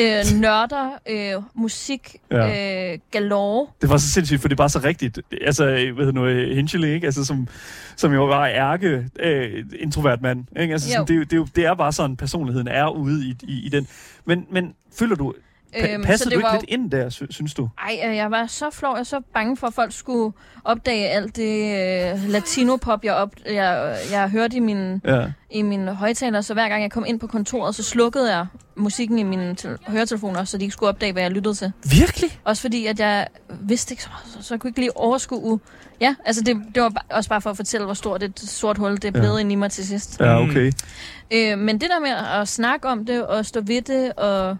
Speaker 4: øh, nørder øh, musik
Speaker 2: Ja.
Speaker 4: ja. øh, galore.
Speaker 2: Det var så sindssygt, for det var så rigtigt. Altså, hvad hedder nu, øh, Hinchely, ikke? Altså, som, som jo var ærke øh, introvert mand. Ikke? Altså, sådan,
Speaker 4: Jo.
Speaker 2: det, er jo- det, er jo- det, er bare sådan, personligheden er ude i, i, i den. Men, men føler du, pa-
Speaker 4: Øhm,
Speaker 2: passer
Speaker 4: så
Speaker 2: du
Speaker 4: det
Speaker 2: ikke
Speaker 4: var jo-
Speaker 2: lidt ind der, sy- synes du?
Speaker 4: Ej, øh, jeg var så flov, jeg var så bange for, at folk skulle opdage alt det øh, latinopop, jeg, op, jeg, jeg hørte i min
Speaker 2: Ja.
Speaker 4: i min højtaler, så hver gang jeg kom ind på kontoret, så slukkede jeg musikken i mine tel- høretelefoner, så de ikke skulle opdage, hvad jeg lyttede til.
Speaker 2: Virkelig?
Speaker 4: Også fordi, at jeg vidste ikke så meget, så- så jeg kunne ikke lige overskue. Ja, altså det, det var ba- også bare for at fortælle, hvor stort et sort hul det
Speaker 2: Ja.
Speaker 4: blev ja. inde i mig til sidst.
Speaker 2: Ja,
Speaker 3: Mm.
Speaker 2: okay.
Speaker 4: Øh, men det der med at snakke om det, og stå ved det, og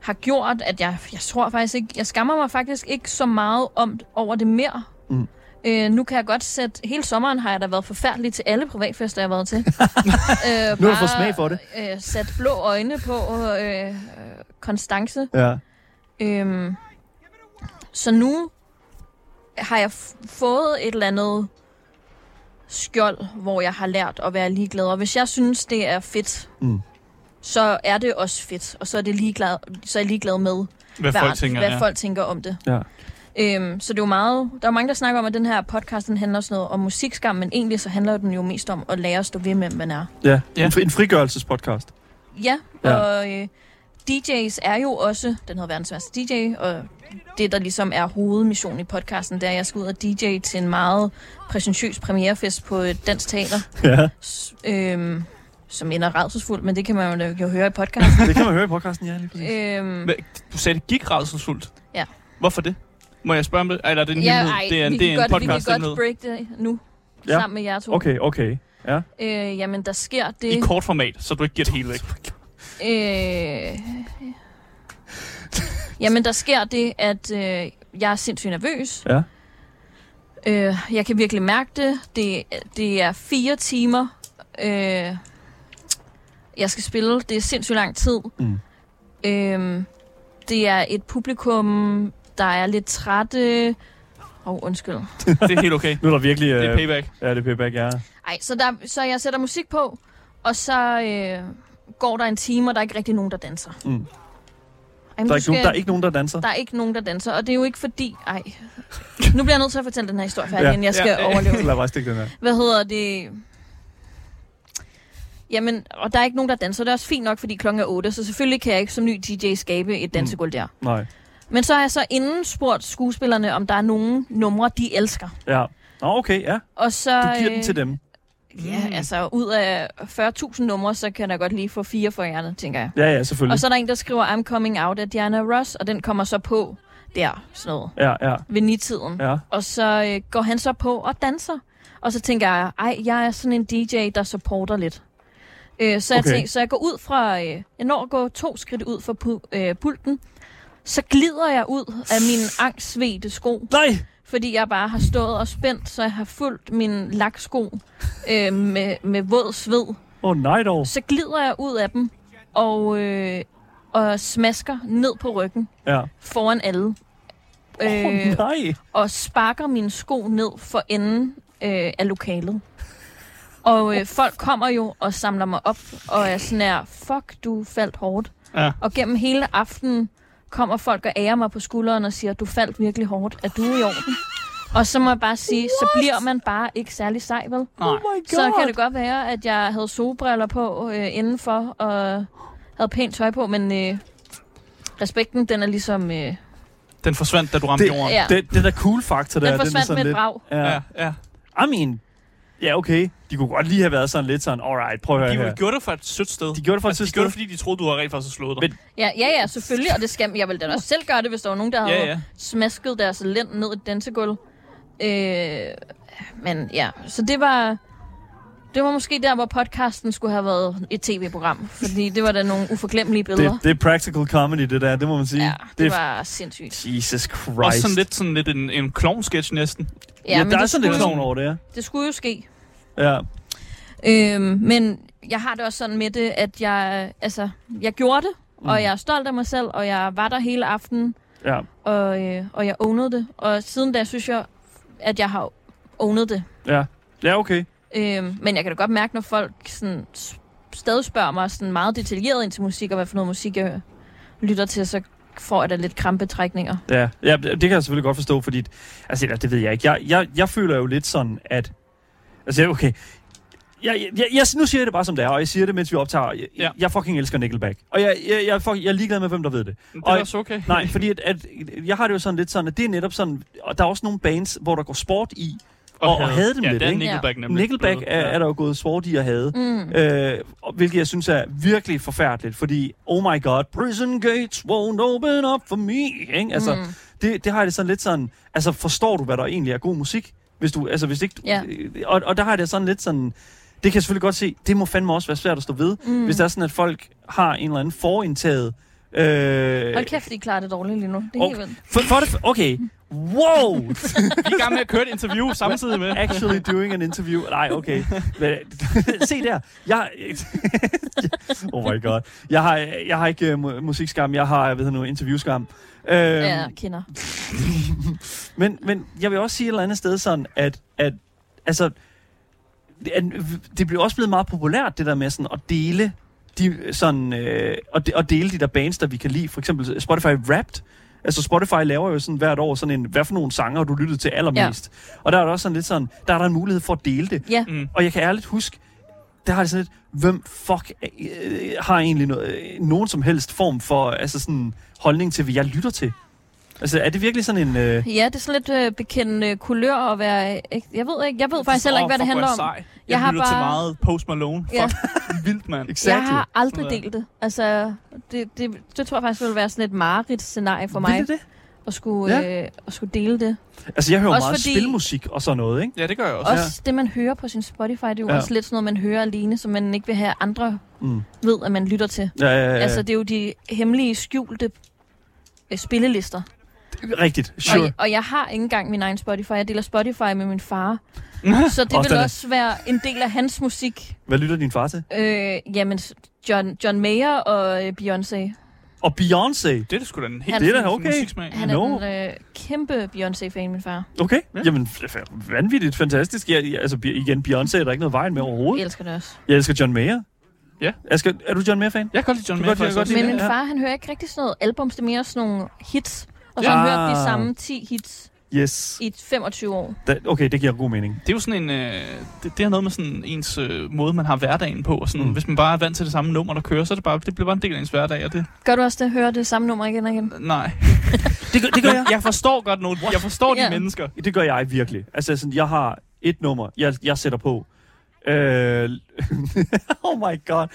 Speaker 4: har gjort, at jeg, jeg tror faktisk ikke, jeg skammer mig faktisk ikke så meget om, over det mere.
Speaker 2: Mm.
Speaker 4: Øh, nu kan jeg godt sætte... Hele sommeren har jeg da været forfærdelig til alle privatfester, jeg har været til. øh,
Speaker 2: du fået smag for det.
Speaker 4: Øh, sat blå øjne på øh, øh, Konstance.
Speaker 2: Ja.
Speaker 4: Øhm, så nu har jeg f- fået et eller andet skjold, hvor jeg har lært at være ligeglad. Og hvis jeg synes, det er fedt,
Speaker 2: Mm.
Speaker 4: så er det også fedt. Og så er, det ligeglad, så er jeg ligeglad med,
Speaker 3: Hvad folk tænker,
Speaker 4: hvad
Speaker 3: ja.
Speaker 4: folk tænker om det.
Speaker 2: Ja.
Speaker 4: Øhm, så det er jo meget... Der er jo mange, der snakker om, at den her podcast den handler sådan noget om musikskam, men egentlig så handler den jo mest om at lære at stå ved med, hvem man er.
Speaker 2: ja.
Speaker 3: Ja.
Speaker 2: En, fri- en frigørelsespodcast.
Speaker 4: Ja,
Speaker 2: Ja.
Speaker 4: ja. og øh, DJ's er jo også, den hedder verdens værste DJ, og det, der ligesom er hovedmissionen i podcasten, det er, at jeg skal ud og DJ til en meget præsentiøs premierefest på et dansk teater,
Speaker 2: Ja.
Speaker 4: s- øhm, som ender redselsfuldt, men det kan man jo, jo høre i podcasten.
Speaker 2: Det kan man høre i podcasten, ja. Lige præcis.
Speaker 4: øhm,
Speaker 3: Hvad- Du sagde, det gik rædselsfuldt.
Speaker 4: Ja.
Speaker 3: Hvorfor det? Må jeg spørge om det? Eller er det en
Speaker 4: ja,
Speaker 3: hemmelighed?
Speaker 4: ej,
Speaker 3: det er,
Speaker 4: vi,
Speaker 3: det er
Speaker 4: kan
Speaker 3: en
Speaker 4: godt, vi kan
Speaker 3: podcast
Speaker 4: godt break det nu,
Speaker 2: Ja.
Speaker 4: ja. sammen med jer to.
Speaker 2: Okay, okay. Ja.
Speaker 4: Øh, jamen, der sker det...
Speaker 3: I kort format, så du ikke giver det hele væk.
Speaker 4: Øh... Jamen, der sker det, at øh, jeg er sindssygt nervøs.
Speaker 2: Ja.
Speaker 4: Øh, jeg kan virkelig mærke det. Det, det er fire timer, øh, jeg skal spille. Det er sindssygt lang tid.
Speaker 2: Mm.
Speaker 4: Øh, det er et publikum, der er lidt trætte. Åh, oh, undskyld.
Speaker 3: Det er helt okay.
Speaker 2: Nu er der virkelig... Øh,
Speaker 3: Det er payback.
Speaker 2: Ja, det er payback, ja.
Speaker 4: Ej, så, der, så jeg sætter musik på, og så øh, går der en time, og der er ikke rigtig nogen, der danser.
Speaker 2: Mm.
Speaker 4: Ej,
Speaker 2: Der
Speaker 4: men nu
Speaker 2: er, ikke,
Speaker 4: skal
Speaker 2: nogen, der
Speaker 4: jeg-
Speaker 2: er ikke nogen, der danser.
Speaker 4: Der er ikke nogen, der danser, og det er jo ikke fordi... Ej. Nu bliver jeg nødt til at fortælle den her historie færdig,
Speaker 2: Ja.
Speaker 4: ja. inden jeg skal
Speaker 3: Ja.
Speaker 4: ja. overleve.
Speaker 2: Lad mig stikke den her.
Speaker 4: Hvad hedder det? Jamen, og der er ikke nogen, der danser. Det er også fint nok, fordi klokken er 8, så selvfølgelig kan jeg ikke som ny DJ skabe et dansegulv der.
Speaker 2: Nej.
Speaker 4: Men så har jeg så inden spurgt skuespillerne, om der er nogen numre, de elsker. Og
Speaker 2: Ja. Nå, okay, ja.
Speaker 4: så,
Speaker 2: Du giver den
Speaker 4: øh,
Speaker 2: til dem. Mm.
Speaker 4: Ja, altså ud af 40.000 numre, så kan jeg da godt lige få fire for hjernen, tænker jeg.
Speaker 2: Ja, ja, selvfølgelig.
Speaker 4: Og så er der en, der skriver, I'm coming out af Diana Ross, og den kommer så på der, sådan noget,
Speaker 2: Ja, ja,
Speaker 4: ved nitiden.
Speaker 2: ja.
Speaker 4: Og så øh, går han så på og danser. Og så tænker jeg, ej, jeg er sådan en DJ, der supporter lidt. Øh, så, jeg
Speaker 2: Okay.
Speaker 4: tænker, så jeg går ud fra, øh, jeg når at gå to skridt ud fra pu- øh, pulten. Så glider jeg ud af mine angstsvedte sko,
Speaker 2: Nej!
Speaker 4: fordi jeg bare har stået og spændt, så jeg har fulgt min laksko øh, med, med våd sved.
Speaker 2: Åh, oh, nej dog.
Speaker 4: Så glider jeg ud af dem og, øh, og smasker ned på ryggen
Speaker 2: Ja.
Speaker 4: foran alle. Øh,
Speaker 2: Åh, oh, nej.
Speaker 4: og sparker mine sko ned for enden øh, af lokalet. Og øh, folk kommer jo og samler mig op, og er sådan her, fuck, du faldt hårdt.
Speaker 3: Ja.
Speaker 4: Og gennem hele aftenen kommer folk og ærer mig på skulderen og siger, du faldt virkelig hårdt, er du i orden? Og så må jeg bare sige, What? så bliver man bare ikke særlig sej, vel?
Speaker 3: Nej.
Speaker 2: Oh my god.
Speaker 4: Så kan det godt være, at jeg havde solbriller på øh, indenfor og havde pænt tøj på, men øh, respekten, den er ligesom... Øh, den
Speaker 3: Den forsvandt, da du ramte
Speaker 2: Det-
Speaker 3: jorden.
Speaker 4: ja.
Speaker 2: Den, den der cool faktor der, den er
Speaker 4: forsvandt
Speaker 2: sådan
Speaker 4: med et
Speaker 2: ligesom lidt...
Speaker 4: brag.
Speaker 2: Ja.
Speaker 3: ja. ja.
Speaker 2: I mean, ja, okay. De kunne godt lige have været sådan lidt sådan, alright, prøv at høre
Speaker 3: De
Speaker 2: her.
Speaker 3: gjorde det for et sødt sted.
Speaker 2: De gjorde det for et
Speaker 3: altså, de
Speaker 2: sidste
Speaker 3: gjorde det, fordi de troede, du havde rent faktisk slået dig.
Speaker 2: Men-
Speaker 4: Ja, ja, ja, selvfølgelig, og det skal jeg vil da også selv gøre det, hvis der var nogen, der havde
Speaker 3: Ja, ja.
Speaker 4: smasket deres lænd ned i et dansegulv. Øh, men ja, så det var, det var måske der, hvor podcasten skulle have været et tv-program, fordi det var da nogle uforglemmelige billeder.
Speaker 2: det, det er practical comedy, det der, det må man sige.
Speaker 4: ja, det,
Speaker 2: er-
Speaker 4: det var sindssygt.
Speaker 2: Jesus Christ.
Speaker 3: Også sådan lidt, sådan lidt en, en klovn-sketch næsten.
Speaker 2: Ja, ja der er
Speaker 4: det,
Speaker 2: sådan lidt
Speaker 4: skulle,
Speaker 2: klovn over det, ja.
Speaker 4: det skulle jo ske.
Speaker 2: ja.
Speaker 4: Øhm, men jeg har det også sådan med det, at jeg, altså, jeg gjorde det, mm. og jeg er stolt af mig selv, og jeg var der hele aftenen,
Speaker 2: Ja.
Speaker 4: og, øh, og jeg ownede det. Og siden da synes jeg, at jeg har owned det.
Speaker 2: Ja. Ja, okay.
Speaker 4: Øhm, men jeg kan da godt mærke, når folk sådan, s- stadig spørger mig sådan meget detaljeret ind til musik, og hvad for noget musik jeg lytter til, så får jeg da lidt krampetrækninger.
Speaker 2: Ja. ja, det kan jeg selvfølgelig godt forstå, fordi... Altså, ja, det ved jeg ikke. Jeg, jeg, jeg føler jo lidt sådan, at... Altså, okay... Jeg, jeg, jeg, jeg, nu siger jeg det bare som det er, og jeg siger det, mens vi optager. Jeg,
Speaker 3: Ja.
Speaker 2: ja. jeg fucking elsker Nickelback. Og jeg, jeg, jeg, fuck, jeg er ligeglad med, hvem der ved det.
Speaker 3: Det
Speaker 2: Og-
Speaker 3: er også okay.
Speaker 2: Nej, fordi at, at, jeg har det jo sådan lidt sådan, at det er netop sådan... Og der er også nogle bands, hvor der går sport i, og, og havde dem
Speaker 3: ja,
Speaker 2: lidt,
Speaker 3: der er
Speaker 2: ikke?
Speaker 3: Nickelback nemlig.
Speaker 2: Nickelback er, er der jo gået svort i at have,
Speaker 4: Mm.
Speaker 2: øh, og- hvilket jeg synes er virkelig forfærdeligt, fordi, oh my god, prison gates won't open up for me, ikke? Altså, mm. det, det har jeg det sådan lidt sådan, altså forstår du, hvad der egentlig er god musik? Hvis du, altså hvis ikke, du-
Speaker 4: Ja.
Speaker 2: øh, og, og der har jeg det sådan lidt sådan, det kan
Speaker 4: Mm.
Speaker 2: jeg selvfølgelig godt se, det må fandme også være svært at stå ved, mm. hvis det er sådan, at folk har en eller anden forindtaget Øh,
Speaker 4: Hold kæft, I klarer det dårligt lige nu. Det er
Speaker 2: Og-
Speaker 4: helt vildt.
Speaker 2: for, for det, okay. Wow!
Speaker 3: Vi er i gang med at køre et interview samtidig med.
Speaker 2: Actually doing an interview. Nej, okay. Men, se der. Jeg, oh my god. Jeg har, jeg har ikke uh, musikskam. Jeg har, hvad hedder nu, interviewskam. Øhm,
Speaker 4: Ja, kender.
Speaker 2: Men, men jeg vil også sige et eller andet sted sådan, at, at altså, det, at, det blev også blevet meget populært, det der med sådan at dele de, sådan, øh, og, de, og dele de der bands, der vi kan lide. For eksempel Spotify Wrapped. Altså Spotify laver jo sådan hvert år sådan en, hvad for nogle sanger har du lyttet til allermest. Ja. Og der er der også sådan lidt sådan, der er der en mulighed for at dele det.
Speaker 4: Ja,
Speaker 3: Mm.
Speaker 2: Og jeg kan ærligt huske, der har det sådan lidt, hvem fuck øh, har egentlig no, øh, nogen som helst form for altså sådan, holdning til, hvad jeg lytter til? Altså, er det virkelig sådan en... Øh,
Speaker 4: ja det er sådan lidt øh, bekendende kulør at være... øh, ikke- Jeg ved ikke, jeg ved faktisk heller ikke, hvad det
Speaker 3: Åh, fuck,
Speaker 4: handler
Speaker 3: hvor er
Speaker 4: om.
Speaker 3: Jeg, sej. jeg,
Speaker 4: Jeg har
Speaker 3: lytter til
Speaker 4: bare-
Speaker 3: meget Post Malone.
Speaker 4: Ja.
Speaker 3: Fuck, vildt, mand.
Speaker 4: Jeg har aldrig
Speaker 3: Sådan der.
Speaker 4: delt det. Altså, det, det, det tror jeg faktisk ville være sådan et mareridt scenarie for mig,
Speaker 2: Vil det
Speaker 4: at skulle, ja. øh, at skulle dele det.
Speaker 2: det? Altså, jeg hører
Speaker 4: Også
Speaker 2: meget fordi...
Speaker 4: fordi-
Speaker 2: spilmusik og sådan noget, ikke?
Speaker 3: Ja, det gør jeg også.
Speaker 4: Også det, man hører på sin Spotify, det er jo
Speaker 2: Ja.
Speaker 4: ja. også lidt sådan noget, man hører alene, som man ikke vil have at andre
Speaker 2: Mm.
Speaker 4: ved, at man lytter til.
Speaker 2: Ja, ja, ja.
Speaker 4: Øh. Altså,
Speaker 2: Altså,
Speaker 4: det er jo de hemmelige, skjulte øh, spillelister.
Speaker 2: Rigtigt, sure.
Speaker 4: Og, og jeg har ikke engang min egen Spotify. Jeg deler Spotify med min far. Så det
Speaker 2: Også
Speaker 4: vil
Speaker 2: den er-
Speaker 4: også være en del af hans musik.
Speaker 2: Hvad lytter din far til?
Speaker 4: Øh, jamen, s- John, John Mayer og øh, Beyoncé.
Speaker 2: Og Beyoncé.
Speaker 3: Det er da sgu da en helt
Speaker 4: Han-
Speaker 2: Det er da
Speaker 3: fin
Speaker 2: okay.
Speaker 3: musiksmag.
Speaker 4: Han
Speaker 2: Nå.
Speaker 4: er en øh, kæmpe Beyoncé-fan, min far.
Speaker 2: Okay, ja.
Speaker 3: Ja.
Speaker 2: jamen f- f- vanvittigt, fantastisk. Jeg, jeg, altså, Be- igen, Beyoncé er der ikke noget vejen med
Speaker 4: Jeg
Speaker 2: overhovedet.
Speaker 4: elsker det også.
Speaker 2: Jeg elsker John Mayer.
Speaker 3: Ja.
Speaker 2: Asger, er du John Mayer-fan?
Speaker 3: Jeg kan godt lide John
Speaker 2: Du
Speaker 3: Mayer.
Speaker 2: kan godt- jeg kan
Speaker 3: faktisk
Speaker 2: godt
Speaker 3: også.
Speaker 2: lide
Speaker 4: Men
Speaker 2: det,
Speaker 4: min
Speaker 2: ja.
Speaker 4: far, han hører ikke rigtig sådan noget albums. Det er mere sådan nogle hits. Og så
Speaker 2: Ja.
Speaker 4: har han hørt
Speaker 2: Ah.
Speaker 4: de samme 10 hits
Speaker 2: Yes.
Speaker 4: i 25 år.
Speaker 2: Da, okay, det giver god mening.
Speaker 3: Det er jo sådan en... Øh, det, det, er noget med sådan ens øh, måde, man har hverdagen på. Og sådan,
Speaker 2: Mm.
Speaker 3: mm. Hvis man bare er vant til det samme nummer, der kører, så er det, bare, det bliver bare en del af ens hverdag. Og det,
Speaker 4: Gør du også det? Hører det samme nummer igen og igen?
Speaker 3: nej.
Speaker 2: Det gør, det gør jeg.
Speaker 3: Jeg forstår godt nogen. Jeg forstår de
Speaker 4: Ja.
Speaker 3: mennesker.
Speaker 2: Det gør jeg virkelig. Altså, sådan, jeg har et nummer, jeg, jeg sætter på. Øh, oh my god.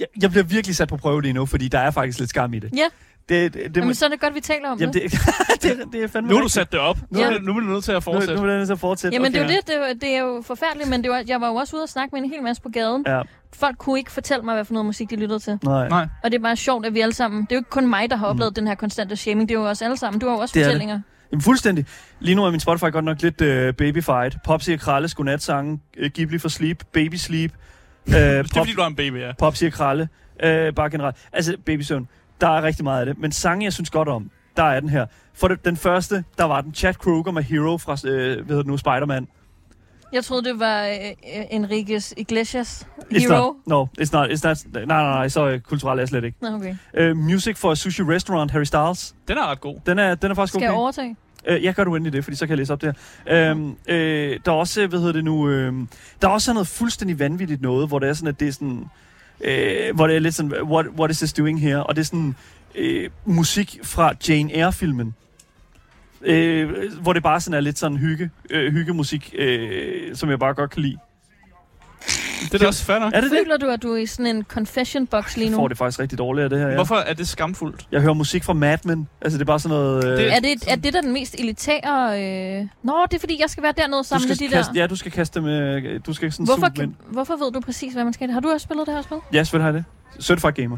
Speaker 2: Jeg, jeg bliver virkelig sat på prøve lige nu, fordi der er faktisk lidt skam i det.
Speaker 4: Ja.
Speaker 2: Det, det, det,
Speaker 4: Jamen,
Speaker 2: må,
Speaker 4: så er det godt, vi taler om
Speaker 2: jamen,
Speaker 4: det.
Speaker 2: det, det, det er fandme
Speaker 3: Nu har du
Speaker 2: rigtigt.
Speaker 3: sat det op. Nu,
Speaker 4: Ja.
Speaker 3: er, det- nu er du nødt til at
Speaker 2: Nu, nu
Speaker 3: fortsætte.
Speaker 2: bliver jeg nødt til at fortsætte.
Speaker 4: Jamen, det er
Speaker 2: okay.
Speaker 4: jo det. Det er, jo- det er jo forfærdeligt, men det var, jeg var jo også ude og snakke med en hel masse på gaden.
Speaker 2: Ja,
Speaker 4: Folk kunne ikke fortælle mig, hvad for noget musik de lyttede til.
Speaker 2: nej.
Speaker 3: Nej.
Speaker 4: Og det er bare sjovt, at vi alle sammen... Det er jo ikke kun mig, der har oplevet mm. den her konstante shaming. Det er jo os alle sammen. Du har jo også
Speaker 2: Det er det.
Speaker 4: fortællinger.
Speaker 2: Jamen, fuldstændig. Lige nu er min Spotify godt nok lidt øh, babyfied. Popsi og Kralle, Godnatsangen, øh, Ghibli for Sleep, Baby Sleep, øh,
Speaker 3: Det er
Speaker 2: pop,
Speaker 3: fordi, du er en baby, ja.
Speaker 2: Popsi og Kralle, øh, bare generelt. Altså, babysøvn. Der er rigtig meget af det. Men sange, jeg synes godt om, der er den her. For det, den første, der var den Chad Kroger med Hero fra, øh, hvad hedder det nu, Spider-Man.
Speaker 4: Jeg troede, det var øh, øh, Enriquez Iglesias
Speaker 2: It's
Speaker 4: Hero.
Speaker 2: not, no, it's not, it's not, nej, nej, nej, så øh, kulturelt er jeg slet ikke.
Speaker 4: Nå, okay.
Speaker 2: Øh, music for a Sushi Restaurant, Harry Styles.
Speaker 3: Den er ret god.
Speaker 2: Den er, den er faktisk
Speaker 4: Skal
Speaker 2: okay.
Speaker 4: jeg overtage?
Speaker 2: Øh, jeg gør du endelig det, fordi så kan jeg læse op det her. Øhm, øh, der er også, hvad hedder det nu, øh, der er også sådan noget fuldstændig vanvittigt noget, hvor det er sådan, at det er sådan, øh, hvor det er lidt sådan, what, what is this doing here? Og det er sådan øh, musik fra Jane Eyre-filmen. Øh, hvor det bare sådan er lidt sådan hygge, øh, hyggemusik, øh, som jeg bare godt kan lide.
Speaker 3: Det er da også fair nok.
Speaker 2: Er det det?
Speaker 4: Føler du, at du er i sådan en confession box lige
Speaker 2: Jeg
Speaker 4: nu?
Speaker 2: får det faktisk rigtig dårligt af det her, ja.
Speaker 3: Hvorfor er det skamfuldt?
Speaker 2: Jeg hører musik fra Mad Men. Altså, det er bare sådan noget... Øh,
Speaker 3: Det-
Speaker 4: Er det, er det der den mest elitære... Øh... Nå, det er fordi, jeg skal være dernede og
Speaker 2: du
Speaker 4: samle
Speaker 2: skal
Speaker 4: de der...
Speaker 2: kaste, Ja, du skal kaste dem... Øh, du skal sådan
Speaker 4: Hvorfor,
Speaker 2: suge dem ind.
Speaker 4: hvorfor ved du præcis, hvad man skal? Har du også spillet det her spil?
Speaker 2: Ja, selvfølgelig har jeg det. Certified Gamer.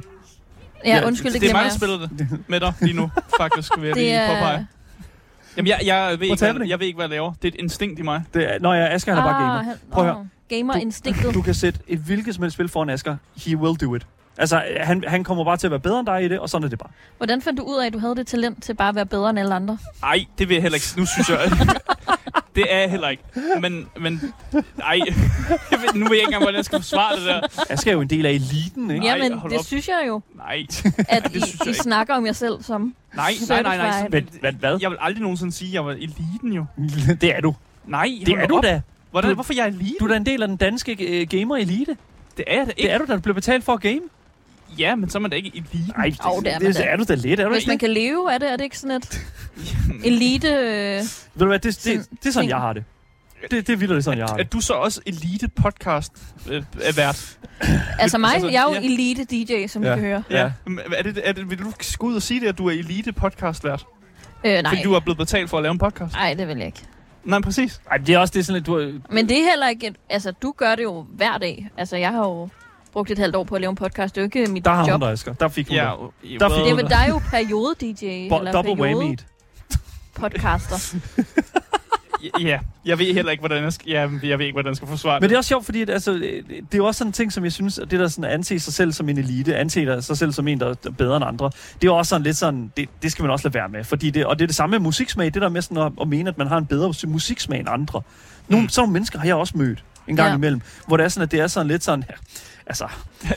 Speaker 4: Ja,
Speaker 2: Ja,
Speaker 4: undskyld, det,
Speaker 3: det er mig,
Speaker 4: glemmer
Speaker 3: der spiller det med dig lige nu, faktisk, vil jeg
Speaker 4: Det
Speaker 3: lige
Speaker 4: er-
Speaker 3: påpege. Jamen, jeg, jeg, ved
Speaker 2: What's
Speaker 3: ikke, hvad,
Speaker 2: happening?
Speaker 3: jeg ved ikke, hvad jeg laver. Det er et instinkt i mig.
Speaker 2: Det er, når jeg er Asger, han er bare gamer.
Speaker 4: han,
Speaker 2: Prøv at
Speaker 4: Ah, åh, Gamer-instinktet.
Speaker 2: Du kan sætte et hvilket som helst spil foran Asger. He will do it. Altså, han, han kommer bare til at være bedre end dig i det, og sådan er det bare.
Speaker 4: Hvordan fandt du ud af, at du havde det talent til bare at være bedre end alle andre?
Speaker 3: Ej, det vil jeg heller ikke. Nu synes jeg... det er jeg heller ikke. Men, men... Ej, jeg ved, nu ved jeg ikke engang, hvordan jeg skal forsvare det der.
Speaker 2: Asger er jo en del af eliten, ikke?
Speaker 3: Ja.
Speaker 4: Jamen,
Speaker 3: hold
Speaker 4: det
Speaker 3: op.
Speaker 4: synes jeg jo,
Speaker 3: Nej,
Speaker 4: at
Speaker 3: det
Speaker 4: I,
Speaker 3: synes jeg
Speaker 4: I
Speaker 3: ikke.
Speaker 4: snakker om jer selv som.
Speaker 3: nej, nej, nej, nej.
Speaker 4: Certified.
Speaker 2: Men, hvad? hvad?
Speaker 3: Jeg vil aldrig nogensinde sige, at jeg var eliten jo.
Speaker 2: det er du.
Speaker 3: Nej,
Speaker 2: Det
Speaker 3: hold
Speaker 2: er du
Speaker 3: op.
Speaker 2: da.
Speaker 3: Hvordan,
Speaker 2: Du-
Speaker 3: hvorfor er jeg er eliten?
Speaker 2: Du er da en del af den danske øh, gamer-elite.
Speaker 3: Det er jeg da
Speaker 2: Det
Speaker 3: ikke.
Speaker 2: er du da, du bliver betalt for at game.
Speaker 3: Ja, men så er man da ikke eliten.
Speaker 2: Nej,
Speaker 4: Au, det er man
Speaker 2: det,
Speaker 4: da.
Speaker 2: er du da lidt, er du
Speaker 4: Hvis
Speaker 2: ikke?
Speaker 4: man kan leve af det, er det ikke sådan et elite... Øh,
Speaker 2: Ved du hvad, det, det,
Speaker 4: Sådan-
Speaker 2: det er sådan, jeg har det. Det, det vildt, det er sådan, jeg har
Speaker 3: Er
Speaker 2: det.
Speaker 3: du så også elite podcast øh, er vært?
Speaker 4: altså mig,
Speaker 3: Altså,
Speaker 4: jeg er jo
Speaker 3: ja.
Speaker 4: elite-DJ, som ja.
Speaker 2: Ja.
Speaker 4: I kan høre.
Speaker 2: Ja.
Speaker 3: Er det, er det, vil du gå ud og sige det, at du er elite podcast vært?
Speaker 4: Øh, nej,
Speaker 3: Fordi du er blevet betalt for at lave en podcast?
Speaker 4: nej, det vil jeg ikke.
Speaker 3: Nej, præcis.
Speaker 2: Ej, det er også det er sådan lidt, du...
Speaker 4: Men det er heller ikke... et- Altså, du gør det jo hver dag. Altså, jeg har jo brugt et halvt år på at lave en podcast. Det er jo ikke mit
Speaker 2: Der har hun
Speaker 4: job.
Speaker 2: dig, Asger. Der fik hun
Speaker 3: Ja,
Speaker 2: dig.
Speaker 3: i-
Speaker 2: Der fik
Speaker 4: Det er
Speaker 3: well,
Speaker 4: vel dig jo periode-DJ, eller
Speaker 2: Bo- double
Speaker 4: periode
Speaker 2: whammy.
Speaker 4: podcaster.
Speaker 3: Ja, jeg ved heller ikke, hvordan jeg skal, ja, jeg ved ikke, hvordan jeg skal forsvare
Speaker 2: Men
Speaker 3: det.
Speaker 2: det er også sjovt, fordi at, altså, øh, det er jo også sådan en ting, som jeg synes, at det der sådan at anse sig selv som en elite, anse dig- sig selv som en, der er bedre end andre, det er jo også sådan lidt sådan, det, det skal man også lade være med. Fordi det, og det er det samme med musiksmag, det der med sådan at, at mene, at man har en bedre musiksmag end andre. Nogle, mm. Sådan nogle mennesker har jeg også mødt en gang
Speaker 4: Ja.
Speaker 2: ja. imellem, hvor det er sådan, at det er sådan lidt sådan, ja, altså,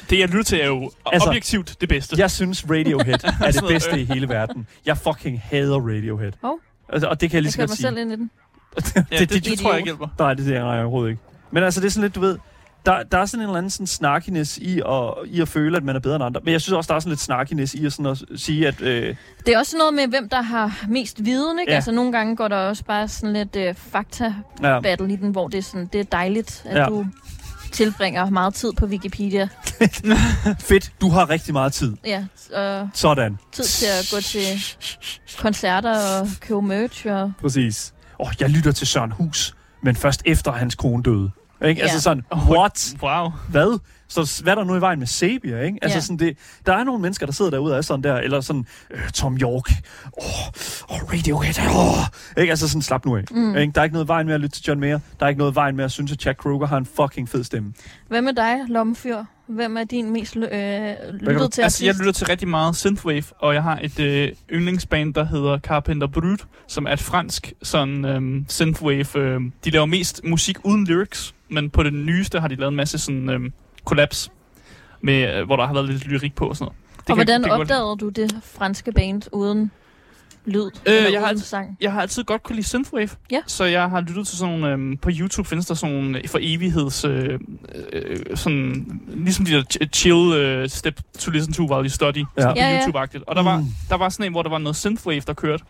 Speaker 3: Det, jeg lytter til, er jo altså,
Speaker 2: Altså-
Speaker 3: objektivt det bedste.
Speaker 2: jeg synes Radiohead er det
Speaker 3: Sådan,
Speaker 2: bedste i hele verden. Jeg fucking hader Radiohead.
Speaker 4: Hov.
Speaker 2: Altså, og det kan jeg lige
Speaker 4: Jeg
Speaker 2: så
Speaker 4: kørte
Speaker 2: godt
Speaker 4: mig
Speaker 2: sige.
Speaker 4: selv ind i den.
Speaker 3: ja,
Speaker 2: det-
Speaker 3: det, det, det,
Speaker 4: idiot.
Speaker 3: tror jeg ikke hjælper.
Speaker 2: Nej, det er jeg overhovedet ikke. Men altså, det er sådan lidt, du ved, der, der er sådan en eller anden sådan snarkiness i at, i at føle, at man er bedre end andre. Men jeg synes også, der er sådan lidt snarkiness i at, sådan at sige, at... Øh,
Speaker 4: Det er også noget med, hvem der har mest viden, ikke? Ja.
Speaker 2: Ja.
Speaker 4: Altså, nogle gange går der også bare sådan lidt øh, fakta-battle
Speaker 2: ja,
Speaker 4: i den, hvor det er, sådan, det er dejligt, at ja.
Speaker 2: Ja.
Speaker 4: du tilbringer meget tid på Wikipedia.
Speaker 2: fedt, du har rigtig meget tid.
Speaker 4: Ja, og
Speaker 2: Sådan.
Speaker 4: tid til at gå til koncerter og købe merch. Og...
Speaker 2: Præcis. Åh, oh, jeg lytter til Søren Hus, men først efter hans kone døde. Ikke?
Speaker 4: Ja.
Speaker 2: Altså sådan, what?
Speaker 3: Wow.
Speaker 2: Hvad? Så hvad er der nu i vejen med Sabia, ikke? Altså
Speaker 4: Ja.
Speaker 2: ja. sådan det, der er nogle mennesker, der sidder derude og er sådan der, eller sådan, øh, Tom York, åh, oh, oh, Radiohead, åh, oh. ikke? Altså sådan, slap nu af.
Speaker 4: Mm.
Speaker 2: Ikke? Der er ikke noget vejen med at lytte til John Mayer. Der er ikke noget vejen med at synes, at Jack Kroger har en fucking fed stemme.
Speaker 4: Hvad med dig, lommefyr? Hvem er din mest lø- øh,
Speaker 2: du-
Speaker 4: lyttede til
Speaker 3: Altså, jeg
Speaker 4: artist?
Speaker 3: lytter til rigtig meget synthwave, og jeg har et øh, yndlingsband, der hedder Carpenter Brut, som er et fransk sådan øh, synthwave. Øh, de laver mest musik uden lyrics, men på det nyeste har de lavet en masse sådan øh, collabs, med, øh, hvor der har været lidt lyrik på og sådan noget. Det
Speaker 4: Og hvordan
Speaker 3: det godt-
Speaker 4: opdagede du det franske band uden lyd?
Speaker 3: Øh,
Speaker 4: eller
Speaker 3: jeg har
Speaker 4: uden
Speaker 3: altid-
Speaker 4: sang?
Speaker 3: jeg har altid godt kunne lide synthwave.
Speaker 4: Ja.
Speaker 3: Så jeg har lyttet til sådan nogle, øhm, på YouTube findes der sådan nogle for evigheds, øh, øh, sådan, ligesom de der ch- chill øh, step to listen to while you study, ja. sådan
Speaker 4: Ja,
Speaker 3: ja,
Speaker 4: ja.
Speaker 3: på YouTube-agtigt. Og der var,
Speaker 2: Mm.
Speaker 3: der var sådan en, hvor der var noget synthwave, der kørte.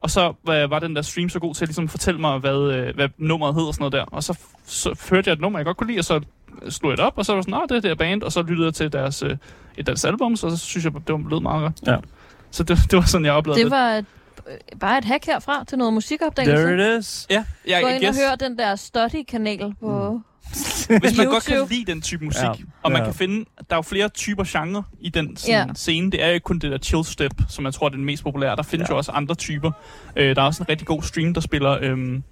Speaker 3: Og så øh, var den der stream så god til at ligesom fortælle mig, hvad, øh, hvad nummeret hed og sådan noget der. Og så, f- så hørte jeg et nummer, jeg godt kunne lide, og så slog jeg det op, og så var jeg sådan, nej, det er det her band, og så lyttede jeg til deres, øh, et deres album, så, så synes jeg, det var, lød meget godt.
Speaker 2: Ja.
Speaker 3: Så det, det var sådan, jeg oplevede
Speaker 4: Det var et, øh, bare et hack herfra til noget musikopdagelse.
Speaker 2: There it is.
Speaker 3: Ja, jeg,
Speaker 4: Gå
Speaker 3: jeg
Speaker 4: ind og
Speaker 3: guess.
Speaker 4: hør den der study-kanal på... Mm.
Speaker 3: Hvis man godt kan
Speaker 4: YouTube.
Speaker 3: lide den type musik,
Speaker 2: Ja,
Speaker 3: ja, og man
Speaker 2: ja.
Speaker 3: kan finde, der er jo flere typer genre i den sådan,
Speaker 4: Ja.
Speaker 3: ja. scene. Det er jo ikke kun det der chill step, som jeg tror er den mest populære. Der findes ja.
Speaker 2: Ja.
Speaker 3: jo også andre typer. Øh, der er også en rigtig god stream, der spiller øhm,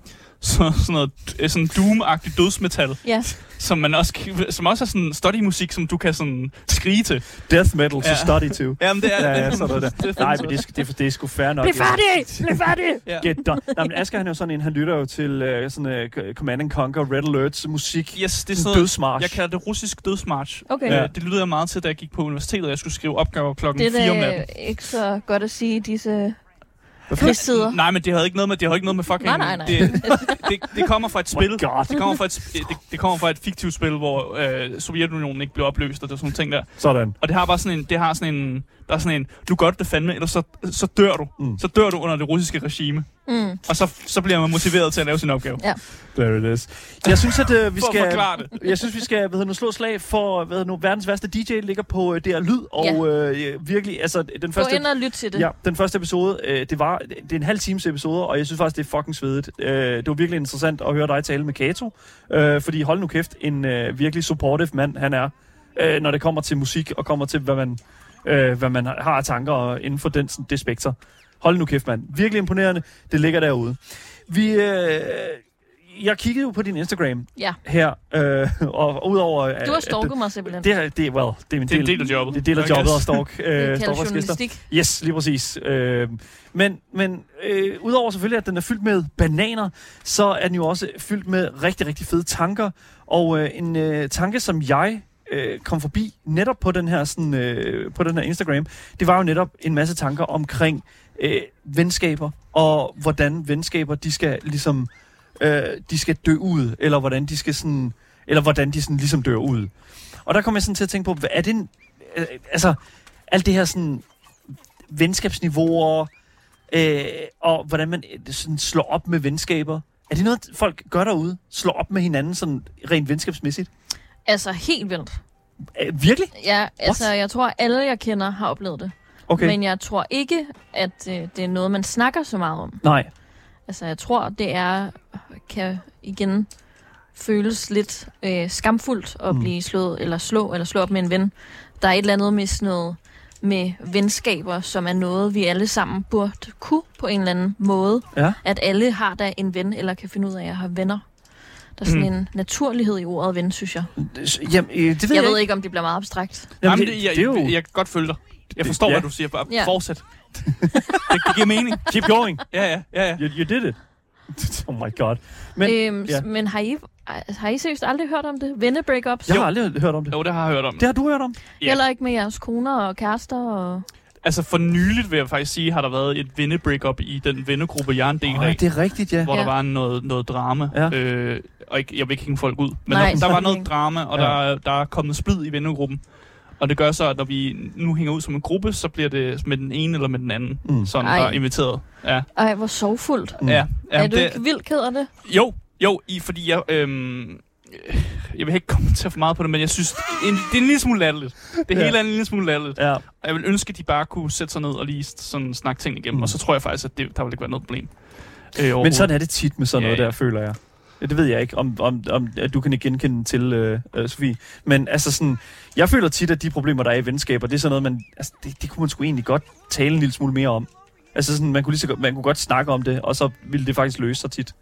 Speaker 3: så, sådan noget øh, sådan doom-agtig dødsmetal,
Speaker 4: Ja,
Speaker 3: som, man også, kan- som også er sådan study-musik, som du kan sådan skrige til.
Speaker 2: Death metal to
Speaker 3: Ja.
Speaker 2: study to.
Speaker 3: Jamen, det er
Speaker 2: Ja, ja,
Speaker 3: det.
Speaker 2: sådan noget der. Nej, men det, er sgu- det, er- det er sgu fair nok.
Speaker 4: bliv
Speaker 2: ja.
Speaker 4: færdig! Bliv færdig!
Speaker 3: Ja.
Speaker 2: Get done. Nej, men Asger, han er jo sådan en, han lytter jo til uh, sådan, uh, Command and Conquer, Red Alerts musik.
Speaker 3: Yes, det er
Speaker 2: sådan
Speaker 3: sådan noget,
Speaker 2: dødsmarsch.
Speaker 3: jeg kalder det russisk dødsmarch.
Speaker 4: Okay,
Speaker 3: Ja.
Speaker 4: ja.
Speaker 2: Ja.
Speaker 3: Det lyttede jeg meget til, da jeg gik på universitetet, og jeg skulle skrive opgaver klokken
Speaker 4: det
Speaker 3: 4
Speaker 4: er
Speaker 3: om natten.
Speaker 4: da ikke så godt at sige i disse
Speaker 2: Hvad for-
Speaker 4: krigstider.
Speaker 3: Nej, men det havde ikke noget med, det havde ikke noget med fucking...
Speaker 4: Nej, nej, nej.
Speaker 3: Mm. Det, det, det kommer fra et
Speaker 2: Oh my
Speaker 3: spil.
Speaker 2: God.
Speaker 3: Det kommer fra et, sp- det, det kommer fra et fiktivt spil, hvor øh, Sovjetunionen ikke blev opløst, og der er sådan nogle ting der.
Speaker 2: Sådan.
Speaker 3: Og det har bare sådan en, det har sådan en, der er sådan en, nu gør du det fandme, ellers så, så dør du.
Speaker 2: Mm.
Speaker 3: Så dør du under det russiske regime.
Speaker 4: Mm.
Speaker 3: Og så, så bliver man motiveret til at lave sin opgave.
Speaker 2: There it is. Jeg synes, at uh, vi
Speaker 3: Vi skal... For at
Speaker 2: skal...
Speaker 3: forklare det.
Speaker 2: Jeg synes, vi skal hvad hedder, nu, slå et slag for hvad hedder, nu, verdens værste DJ ligger på øh, det her lyd. Og ja. øh, virkelig, altså den
Speaker 4: Gå
Speaker 2: første...
Speaker 4: ind og lyt til det.
Speaker 2: Ja, den første episode, øh, det var det er en halv times episode, og jeg synes faktisk, det er fucking svedigt. Øh, det var virkelig interessant at høre dig tale med Kato, øh, fordi hold nu kæft, en øh, virkelig supportive mand han er, øh, når det kommer til musik og kommer til, hvad man, øh, hvad man har af tanker inden for den, sådan, det spekter. Hold nu kæft, mand. Virkelig imponerende. Det ligger derude. Vi, øh, jeg kiggede jo på din Instagram
Speaker 4: Ja.
Speaker 2: her, øh, og udover... øh,
Speaker 4: Du har
Speaker 2: at-
Speaker 4: stalket mig simpelthen. Det,
Speaker 2: Det, er- det, er- well, det er min
Speaker 3: Det er en del af jobbet. altså.
Speaker 2: Det er en del af
Speaker 3: I
Speaker 2: jobbet
Speaker 3: guess.
Speaker 2: at stalk,
Speaker 4: det
Speaker 2: øh,
Speaker 4: kalder
Speaker 2: stalkersgæster.
Speaker 4: journalistik.
Speaker 2: Yes, lige præcis. Øh, men men øh, udover selvfølgelig, at den er fyldt med bananer, så er den jo også fyldt med rigtig, rigtig fede tanker. Og øh, en øh, tanke, som jeg øh, kom forbi netop på den, her, sådan, øh, på den her Instagram, det var jo netop en masse tanker omkring øh, venskaber, og hvordan venskaber, de skal ligesom, øh, de skal dø ud, eller hvordan de skal sådan, eller hvordan de sådan ligesom dør ud. Og der kom jeg sådan til at tænke på, hvad er det en, øh, altså, alt det her sådan venskabsniveauer, øh, og hvordan man øh, sådan slår op med venskaber. Er det noget, folk gør derude? Slår op med hinanden sådan rent venskabsmæssigt?
Speaker 4: Altså, helt vildt.
Speaker 2: Øh, virkelig?
Speaker 4: Ja, altså, jeg tror, alle jeg kender har oplevet det.
Speaker 2: Okay. Men...
Speaker 4: Men jeg tror ikke, at øh, det er noget, man snakker så meget om.
Speaker 2: Nej.
Speaker 4: Altså, jeg tror, det er, kan igen føles lidt øh, skamfuldt at
Speaker 2: Mm.
Speaker 4: mm. blive slået eller slå eller slå op med en ven. Der er et eller andet med sådan noget med venskaber, som er noget, vi alle sammen burde kunne på en eller anden måde.
Speaker 2: Ja.
Speaker 4: At alle har da en ven, eller kan finde ud af, at jeg har venner. Der er sådan
Speaker 3: Mm.
Speaker 4: mm. en naturlighed i ordet ven, synes jeg.
Speaker 2: Jamen, øh, det ved
Speaker 4: Jeg
Speaker 2: jeg,
Speaker 4: ved ikke, om det bliver meget abstrakt.
Speaker 3: Jamen,
Speaker 2: Jamen,
Speaker 3: det, jeg, det jo... jeg, jeg kan godt følge dig. Jeg forstår,
Speaker 2: ja.
Speaker 3: ja. hvad du siger. Bare ja.
Speaker 4: Ja.
Speaker 3: fortsæt. det, det giver mening.
Speaker 2: Keep going.
Speaker 3: Ja, ja, ja. ja.
Speaker 2: You, you did it. oh my god. Men-
Speaker 4: Men, øhm,
Speaker 2: ja.
Speaker 4: ja. men har, I, altså, har I seriøst aldrig hørt om det? Vennebreakups?
Speaker 2: Jeg har aldrig hørt om det.
Speaker 3: Jo, det har jeg hørt om.
Speaker 2: Det har du hørt om?
Speaker 3: Ja.
Speaker 4: Heller ikke med jeres koner og kærester og...
Speaker 3: Altså for nyligt vil jeg faktisk sige, har der været et vennebreakup i den vennegruppe, jeg er en del
Speaker 2: Åh,
Speaker 3: af.
Speaker 2: det er rigtigt, ja.
Speaker 3: hvor ja. der
Speaker 4: Ja.
Speaker 3: var noget, noget drama.
Speaker 2: Ja.
Speaker 3: Ja. Øh, og ikke, jeg vil ikke hænge folk ud, men
Speaker 4: Nej,
Speaker 3: Nej, der, der var
Speaker 4: selvfølgelig
Speaker 3: noget
Speaker 4: ikke.
Speaker 3: drama, og
Speaker 2: Ja.
Speaker 3: ja. der, der er kommet splid i vennegruppen. Og det gør så, at når vi nu hænger ud som en gruppe, så bliver det med den ene eller med den anden,
Speaker 2: Mm.
Speaker 3: mm. sådan
Speaker 4: Ej.
Speaker 3: der er inviteret. Ja,
Speaker 4: Ej, hvor sorgfuldt.
Speaker 2: Mm.
Speaker 3: mm. ja. ja
Speaker 4: er du ikke vildt ked af det?
Speaker 3: Jo, jo, i, fordi jeg... Øhm, øh, jeg vil ikke komme til for meget på det, men jeg synes, en, det er en lille smule latterligt. Det
Speaker 2: Ja.
Speaker 3: hele er en lille smule latterligt.
Speaker 2: Mm. Ja.
Speaker 3: Og Jeg vil ønske, at de bare kunne sætte sig ned og lige sådan snakke ting igennem,
Speaker 2: Mm.
Speaker 3: mm. og så tror jeg faktisk, at det, der ville ikke være noget problem. Øh,
Speaker 2: Men sådan er det tit med sådan
Speaker 3: Ja,
Speaker 2: noget
Speaker 3: ja.
Speaker 2: der, føler jeg. Ja, Det ved jeg ikke, om, om, om at du kan ikke genkende til, øh, øh, Sofie. Men altså sådan, jeg føler tit, at de problemer, der er i venskaber, det er sådan noget, man, altså, det, det kunne man sgu egentlig godt tale en lille smule mere om. Altså sådan, man kunne, lige så, godt- man kunne godt snakke om det, og så ville det faktisk løse sig tit.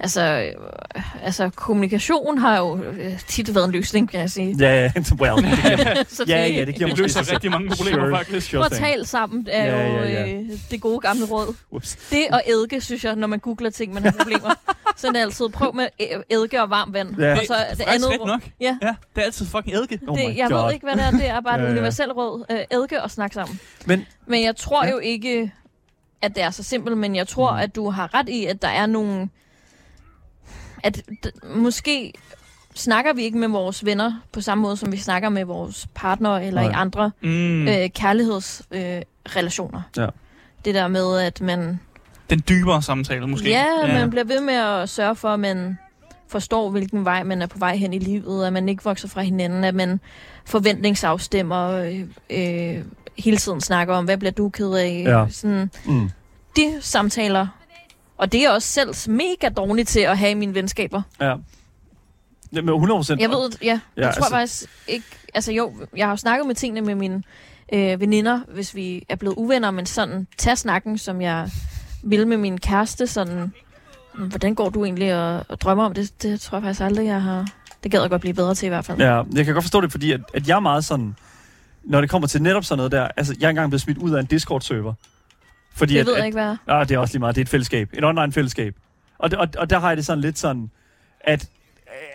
Speaker 4: Altså, øh, altså kommunikation har jo øh, tit været en løsning, kan jeg sige.
Speaker 2: Ja, ja, well, det giver,
Speaker 4: Så
Speaker 2: ja, ja, det giver
Speaker 3: Det
Speaker 2: måske
Speaker 3: løser
Speaker 2: sig selv.
Speaker 3: rigtig mange problemer,
Speaker 2: Sure.
Speaker 3: faktisk.
Speaker 2: Sure
Speaker 4: Prøv at
Speaker 2: thing.
Speaker 4: tale sammen er
Speaker 2: Ja,
Speaker 4: ja, jo
Speaker 2: ja, ja.
Speaker 4: Øh, det gode gamle råd.
Speaker 2: Whoops.
Speaker 4: Det og eddike, synes jeg, når man googler ting, man har problemer. så er det altid, prøv med æ- eddike og varmt vand.
Speaker 2: Ja.
Speaker 4: Og så
Speaker 3: det, er faktisk ret
Speaker 4: råd.
Speaker 3: nok.
Speaker 4: Ja.
Speaker 3: ja, det er altid fucking eddike.
Speaker 2: Oh my
Speaker 4: Det, jeg
Speaker 2: God.
Speaker 4: ved ikke, hvad det er. Det er bare
Speaker 2: Ja,
Speaker 4: et
Speaker 2: ja.
Speaker 4: universelt råd. Øh, eddike og snak sammen.
Speaker 2: Men-
Speaker 4: men jeg tror
Speaker 2: Ja.
Speaker 4: ja. jo ikke, at det er så simpelt, men jeg tror,
Speaker 2: Mm.
Speaker 4: at du har ret i, at der er nogle... At d- måske snakker vi ikke med vores venner på samme måde, som vi snakker med vores partner eller
Speaker 2: Nej.
Speaker 4: i andre
Speaker 3: Mm. Øh.
Speaker 4: øh, kærlighedsrelationer. Øh, relationer.
Speaker 2: Ja.
Speaker 4: Det der med, at man,
Speaker 3: Den dybere samtale, måske.
Speaker 4: ja, ja, man bliver ved med at sørge for, at man forstår, hvilken vej man er på vej hen i livet, at man ikke vokser fra hinanden, at man forventningsafstemmer, øh, øh, hele tiden snakker om, hvad bliver du ked af?
Speaker 2: Ja.
Speaker 4: Sådan,
Speaker 2: Mm.
Speaker 4: de samtaler. Og det er jeg også selv mega dårlig til at have i mine venskaber.
Speaker 2: Ja. Jamen, 100 procent.
Speaker 4: Jeg ved, ja.
Speaker 2: Ja,
Speaker 4: ja jeg tror
Speaker 2: altså-
Speaker 4: altså... faktisk ikke... Altså jo, jeg har jo snakket med tingene med mine øh, veninder, hvis vi er blevet uvenner, men sådan, tag snakken, som jeg ville med min kæreste, sådan... "Hmm, Hvordan går du egentlig og, og drømmer om det? Det tror jeg faktisk aldrig, jeg har... Det gad jeg godt blive bedre til i hvert fald.
Speaker 2: Ja, jeg kan godt forstå det, fordi at, at jeg er meget sådan, når det kommer til netop sådan noget der, altså jeg er engang blevet smidt ud af en Discord-server. Fordi
Speaker 4: det
Speaker 2: at,
Speaker 4: ved jeg
Speaker 2: at,
Speaker 4: ikke, hvad er.
Speaker 2: Ah, det er også lige meget, det er et fællesskab, et online-fællesskab. Og, det- og, og der har jeg det sådan lidt sådan, at,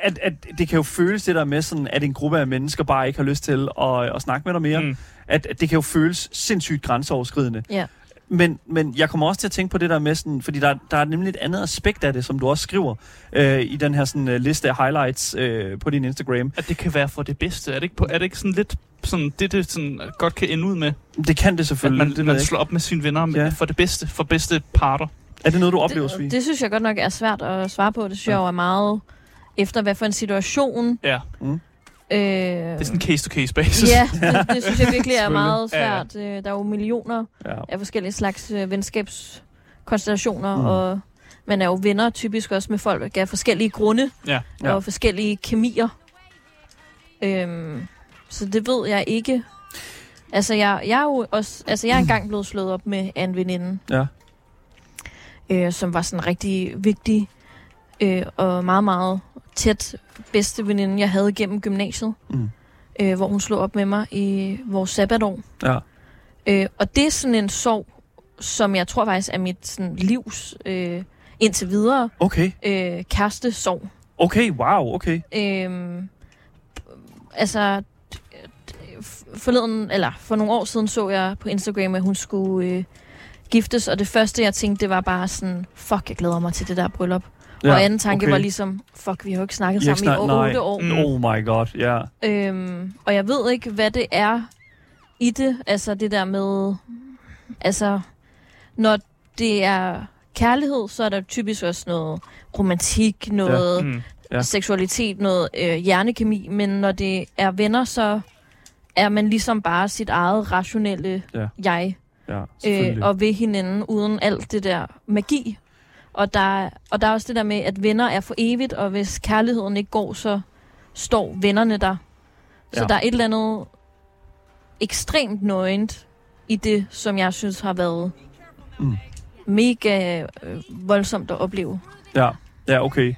Speaker 2: at, at det kan jo føles det der med sådan, at en gruppe af mennesker bare ikke har lyst til at, at snakke med dig mere. Mm.
Speaker 3: Mm.
Speaker 2: At, at det kan jo føles sindssygt grænseoverskridende.
Speaker 4: Ja.
Speaker 2: Men, men jeg kommer også til at tænke på det der med sådan, fordi der, der er nemlig et andet aspekt af det, som du også skriver øh, i den her sådan, øh, liste af highlights øh, på din Instagram.
Speaker 3: At det kan være for det bedste. Er det ikke, på, er det ikke sådan lidt sådan, det, det sådan, godt kan ende ud med?
Speaker 2: Det kan det
Speaker 3: At
Speaker 2: selvfølgelig.
Speaker 3: man,
Speaker 2: det ved
Speaker 3: man
Speaker 2: jeg ikke.
Speaker 3: slår op med sine venner med,
Speaker 2: Ja.
Speaker 3: ja. for det bedste, for bedste parter.
Speaker 2: Er det noget, du oplever, Svig?
Speaker 4: det, det synes jeg godt nok er svært at svare på. Det synes
Speaker 2: Ja.
Speaker 4: ja. jeg jo er meget efter, hvad for en situation...
Speaker 3: Ja.
Speaker 2: Mm.
Speaker 4: Øh,
Speaker 3: Det er sådan en case-to-case basis.
Speaker 4: Ja, det, det synes jeg virkelig er meget
Speaker 3: Selvfølgelig. Ja, ja.
Speaker 4: svært. Øh, Der er jo millioner
Speaker 2: Ja.
Speaker 4: af forskellige slags øh, venskabskonstellationer,
Speaker 2: Mm.
Speaker 4: mm. og man er jo venner typisk også med folk af forskellige grunde
Speaker 3: Ja.
Speaker 2: Ja.
Speaker 4: ja. og forskellige kemier. Øhm, så det ved jeg ikke. Altså, jeg, jeg er jo også, altså, jeg er engang blevet slået op med af en veninde,
Speaker 2: Ja.
Speaker 4: øh, som var sådan rigtig vigtig øh, og meget, meget tæt bedste veninde, jeg havde gennem gymnasiet,
Speaker 2: Mm.
Speaker 4: øh, hvor hun slog op med mig i vores sabbatår.
Speaker 2: Ja.
Speaker 4: Øh, og det er sådan en sorg, som jeg tror faktisk er mit sådan, livs øh, indtil videre
Speaker 2: Okay.
Speaker 4: øh, kæreste sorg.
Speaker 2: Okay, wow, okay.
Speaker 4: Øh, altså, d- d- forleden, eller for nogle år siden så jeg på Instagram, at hun skulle øh, giftes, og det første jeg tænkte, det var bare sådan, fuck, jeg glæder mig til det der bryllup. Ja, og anden tanke
Speaker 2: okay.
Speaker 4: var ligesom, fuck, vi har jo ikke snakket
Speaker 2: I har ikke
Speaker 4: sammen i
Speaker 2: snak- nej.
Speaker 4: over otte år.
Speaker 3: Mm.
Speaker 2: Oh my god, ja. Yeah.
Speaker 4: Øhm, og jeg ved ikke, hvad det er i det. Altså det der med... Altså, når det er kærlighed, så er der typisk også noget romantik, noget
Speaker 3: Mm.
Speaker 2: ja.
Speaker 4: ja. seksualitet, noget øh, hjernekemi. Men når det er venner, så er man ligesom bare sit eget rationelle
Speaker 2: Ja.
Speaker 4: jeg
Speaker 2: Ja,
Speaker 4: øh,
Speaker 2: selvfølgelig.
Speaker 4: og ved hinanden uden alt det der magi. Og der, og der er også det der med, at venner er for evigt, og hvis kærligheden ikke går, så står vennerne der. Så
Speaker 2: Ja.
Speaker 4: ja. der er et eller andet ekstremt nøgent i det, som jeg synes har været
Speaker 2: Mm.
Speaker 4: mm. mega øh, voldsomt at opleve.
Speaker 2: Ja, ja okay.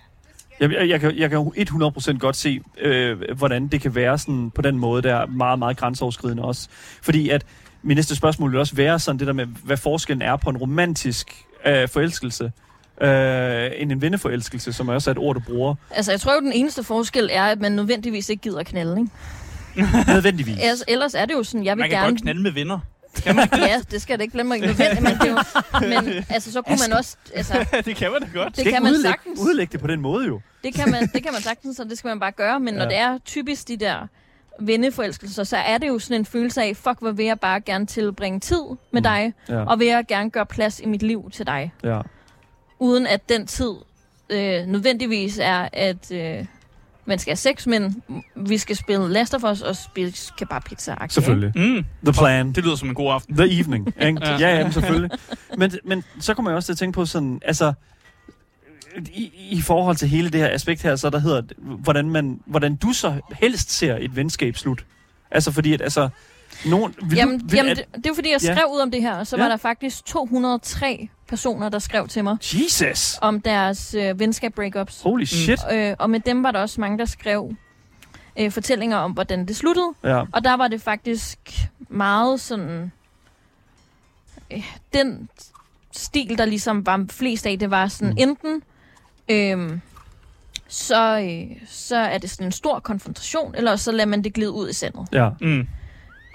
Speaker 2: Jeg, jeg, jeg, kan, jeg kan 100% godt se, øh, hvordan det kan være sådan på den måde, der er meget, meget grænseoverskridende også. Fordi at min næste spørgsmål vil også være sådan det der med, hvad forskellen er på en romantisk øh, forelskelse, øh, end en venneforelskelse, som også er et ord, du bruger.
Speaker 4: Altså, jeg tror jo, den eneste forskel er, at man nødvendigvis ikke gider at knalde, ikke?
Speaker 2: Nødvendigvis.
Speaker 4: Altså, ellers er det jo sådan, jeg vil
Speaker 3: Man kan
Speaker 4: gerne...
Speaker 3: godt knalde med venner.
Speaker 4: ja, det skal jeg da ikke blande mig i. Men, man kan jo, men altså, så kunne man også... Altså,
Speaker 3: det kan man da godt.
Speaker 4: det
Speaker 2: Skal
Speaker 4: kan
Speaker 2: ikke
Speaker 4: man
Speaker 2: udlægge,
Speaker 4: sagtens.
Speaker 2: Udlægge det på den måde jo.
Speaker 4: Det kan man, det kan man sagtens, og det skal man bare gøre. Men ja.
Speaker 2: Ja.
Speaker 4: når det er typisk de der venneforelskelser, så er det jo sådan en følelse af, fuck, hvor vil jeg bare gerne tilbringe tid med
Speaker 2: Mm.
Speaker 4: dig,
Speaker 2: Ja,
Speaker 4: og vil jeg gerne gøre plads i mit liv til dig.
Speaker 2: ja.
Speaker 4: Uden at den tid øh, nødvendigvis er, at øh, man skal have sex, men vi skal spille Last of Us og spille kebabpizza. Okay?
Speaker 2: Selvfølgelig.
Speaker 3: Mm,
Speaker 2: The plan.
Speaker 3: det lyder som en god aften.
Speaker 2: The evening, ikke? ja,
Speaker 3: Ja.
Speaker 2: ja, men selvfølgelig. Men, men så kommer jeg også til at tænke på sådan, altså, i, i forhold til hele det her aspekt her, så der hedder, hvordan, man, hvordan du så helst ser et venskab slut. Altså fordi, at altså, nogen... Vil
Speaker 4: Jamen,
Speaker 2: du, vil,
Speaker 4: jamen
Speaker 2: at,
Speaker 4: det, det er fordi, jeg
Speaker 2: Ja.
Speaker 4: skrev ud om det her, og så
Speaker 2: Ja.
Speaker 4: var der faktisk 203 personer, der skrev til mig
Speaker 2: Jesus!
Speaker 4: om deres øh, venskab-breakups.
Speaker 2: Holy shit.
Speaker 4: Øh, og med dem var der også mange, der skrev øh, fortællinger om, hvordan det sluttede.
Speaker 2: Ja,
Speaker 4: Og der var det faktisk meget sådan... Øh, den stil, der ligesom var flest af, det var sådan
Speaker 2: Mm.
Speaker 4: mm. enten... Øh, så, øh, så er det sådan en stor konfrontation, eller så lader man det glide ud i sandet.
Speaker 2: ja,
Speaker 3: Mm.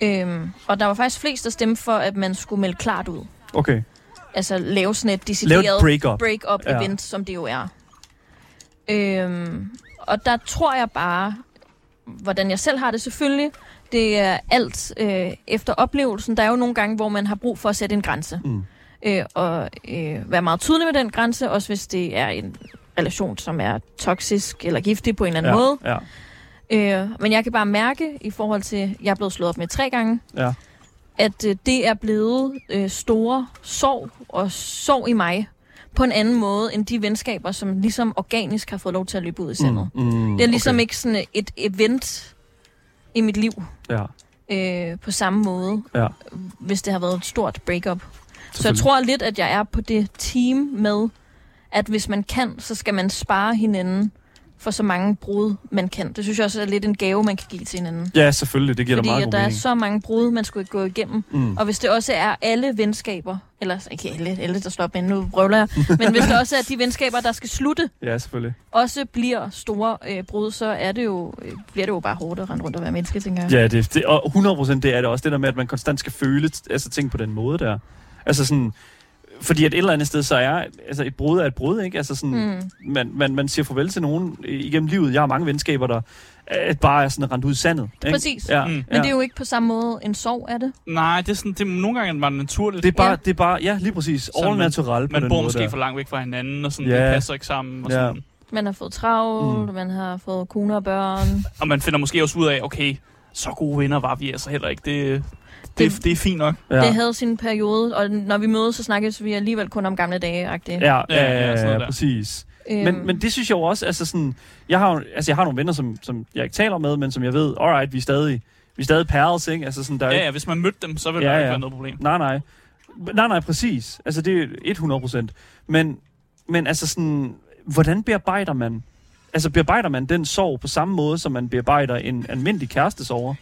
Speaker 4: Øhm, og der var faktisk flest, der stemte for, at man skulle melde klart ud.
Speaker 2: okay.
Speaker 4: Altså lave sådan et
Speaker 2: Lav
Speaker 4: decideret
Speaker 2: et break-up.
Speaker 4: break-up
Speaker 2: Ja.
Speaker 4: ja. event, som det jo er. Øhm, og der tror jeg bare, hvordan jeg selv har det selvfølgelig, det er alt øh, efter oplevelsen. Der er jo nogle gange, hvor man har brug for at sætte en grænse.
Speaker 2: Mm.
Speaker 4: Øh, og øh, være meget tydelig med den grænse, også hvis det er en relation, som er toksisk eller giftig på en eller anden ja. måde.
Speaker 2: Ja, ja,
Speaker 4: Øh, men jeg kan bare mærke, i forhold til, jeg er blevet slået op med tre gange,
Speaker 2: ja.
Speaker 4: at øh, det er blevet øh, store sorg og sorg i mig på en anden måde end de venskaber, som ligesom organisk har fået lov til at løbe ud i sandet. Mm.
Speaker 2: mm,
Speaker 4: Det er ligesom
Speaker 2: okay.
Speaker 4: okay. ikke sådan et event i mit liv
Speaker 2: Ja,
Speaker 4: øh, på samme måde,
Speaker 2: Ja.
Speaker 4: hvis det har været et stort breakup. Så jeg
Speaker 2: selvfølgelig.
Speaker 4: tror lidt, at jeg er på det team med, at hvis man kan, så skal man spare hinanden for så mange brud, man kan. Det synes jeg også er lidt en gave, man kan give til hinanden.
Speaker 2: Ja, selvfølgelig. Det giver
Speaker 4: Fordi
Speaker 2: dig meget
Speaker 4: at
Speaker 2: god
Speaker 4: der er
Speaker 2: mening.
Speaker 4: så mange brud, man skulle gå igennem,
Speaker 2: Mm.
Speaker 4: og hvis det også er alle venskaber, eller ikke alle, alle der slår op, men nu brøvler jeg, men hvis det også er de venskaber, der skal slutte,
Speaker 2: Ja, selvfølgelig.
Speaker 4: også bliver store øh, brud, så er det jo, øh, bliver det jo bare hårdt at rende rundt og være menneske, tænker jeg.
Speaker 2: Ja, det, det, og 100% det er det også. Det der med, at man konstant skal føle altså, ting på den måde der. Altså sådan, fordi at et eller andet sted, så er altså, et brud er et brud, ikke? Altså sådan,
Speaker 4: Mm.
Speaker 2: mm. man, man, man siger farvel til nogen øh, igennem livet. Jeg har mange venskaber, der øh, bare er sådan rendt ud i sandet. Ikke?
Speaker 4: Præcis.
Speaker 2: Ja,
Speaker 3: Mm.
Speaker 2: mm. ja.
Speaker 3: Men
Speaker 4: Men det er jo ikke på samme måde en sorg, er det?
Speaker 3: Nej, det er sådan, det er nogle gange bare naturligt.
Speaker 2: det er bare,
Speaker 4: Ja.
Speaker 2: ja. det er bare, ja, lige præcis.
Speaker 3: Sådan,
Speaker 2: All
Speaker 3: man-
Speaker 2: natural på
Speaker 3: man
Speaker 2: den
Speaker 3: bor
Speaker 2: måde
Speaker 3: måske
Speaker 2: der.
Speaker 3: for langt væk fra hinanden, og sådan,
Speaker 2: Ja.
Speaker 3: det passer ikke sammen. Og,
Speaker 2: Ja.
Speaker 3: sådan.
Speaker 4: Man har fået travlt,
Speaker 2: Mm.
Speaker 4: mm. man har fået kone og børn.
Speaker 3: og man finder måske også ud af, okay, så gode venner var vi altså heller ikke. Det, det, det,
Speaker 4: Det-
Speaker 3: det er fint nok.
Speaker 2: Ja.
Speaker 4: Ja. Det havde sin periode, og når vi mødes, så snakkes vi alligevel kun om gamle Øhm, dage. Ja.
Speaker 2: Ja, ja,
Speaker 3: Ja, ja,
Speaker 2: ja, ja,
Speaker 3: sådan noget
Speaker 2: ja
Speaker 3: der.
Speaker 2: præcis. Men, men det synes jeg jo også, altså sådan, jeg har, jo- altså jeg har nogle venner, som, som jeg ikke taler med, men som jeg ved, alright, vi er stadig, vi er stadig pals, ikke? Altså sådan, der er
Speaker 3: Ja, ja, hvis man mødte dem, så ville
Speaker 2: Ja,
Speaker 3: ja, der ikke
Speaker 2: ja.
Speaker 3: være noget problem.
Speaker 2: Nej, nej. Nej, nej, præcis. Altså, det er 100 procent. Men, men altså sådan, hvordan bearbejder man? Altså, bearbejder man den sorg på samme måde, som man bearbejder en almindelig kærestesorger?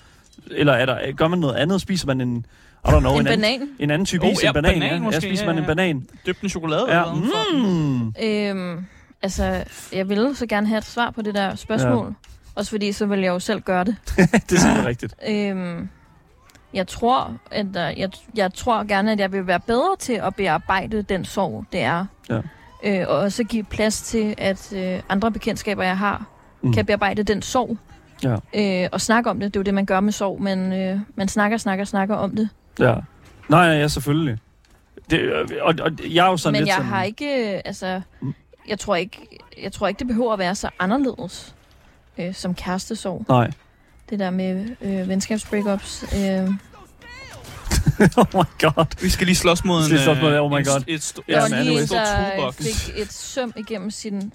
Speaker 2: Eller er der, gør man noget andet? Spiser man en, I don't know, en,
Speaker 4: en
Speaker 2: anden,
Speaker 4: banan.
Speaker 2: en anden type
Speaker 3: Oh,
Speaker 2: is?
Speaker 3: ja,
Speaker 2: en banan,
Speaker 3: banan
Speaker 2: ja.
Speaker 3: måske,
Speaker 2: ja, spiser
Speaker 3: ja,
Speaker 2: man en
Speaker 3: ja.
Speaker 2: banan?
Speaker 3: Døbte en chokolade
Speaker 2: Ja,
Speaker 3: eller noget.
Speaker 2: mm.
Speaker 4: Øhm, altså, jeg ville så gerne have et svar på det der spørgsmål. Ja. Også fordi, så vil jeg jo selv gøre det.
Speaker 2: det er simpelthen rigtigt.
Speaker 4: Øhm, jeg tror, at øh, jeg, jeg tror gerne, at jeg vil være bedre til at bearbejde den sorg, det er.
Speaker 2: Ja.
Speaker 4: Øh, og også give plads til, at øh, andre bekendtskaber, jeg har,
Speaker 2: Mm.
Speaker 4: mm. kan bearbejde den sorg.
Speaker 2: Ja.
Speaker 4: Øh, og snakke om det. Det er jo det, man gør med sorg. Men øh, man snakker, snakker, snakker om det.
Speaker 2: Ja. Nej, nej, ja, selvfølgelig. Det, øh, og, og, jeg er jo sådan
Speaker 4: men
Speaker 2: lidt
Speaker 4: jeg
Speaker 2: sådan,
Speaker 4: har ikke, øh, altså,
Speaker 2: Mm.
Speaker 4: jeg tror ikke, jeg tror ikke, det behøver at være så anderledes øh, som kærestesorg.
Speaker 2: Nej.
Speaker 4: Det der med øh, venskabsbreakups. Øh,
Speaker 2: oh my god.
Speaker 3: Vi skal lige slås mod
Speaker 2: Vi
Speaker 3: en...
Speaker 2: skal slås mod-
Speaker 3: øh,
Speaker 2: oh my
Speaker 3: en-
Speaker 2: god.
Speaker 3: Et, st-
Speaker 2: Ja,
Speaker 4: Ja,
Speaker 3: ja,
Speaker 4: og
Speaker 3: en,
Speaker 2: men
Speaker 4: lige
Speaker 2: anyways.
Speaker 3: en stor
Speaker 4: der
Speaker 3: toolbox.
Speaker 4: fik et søm igennem sin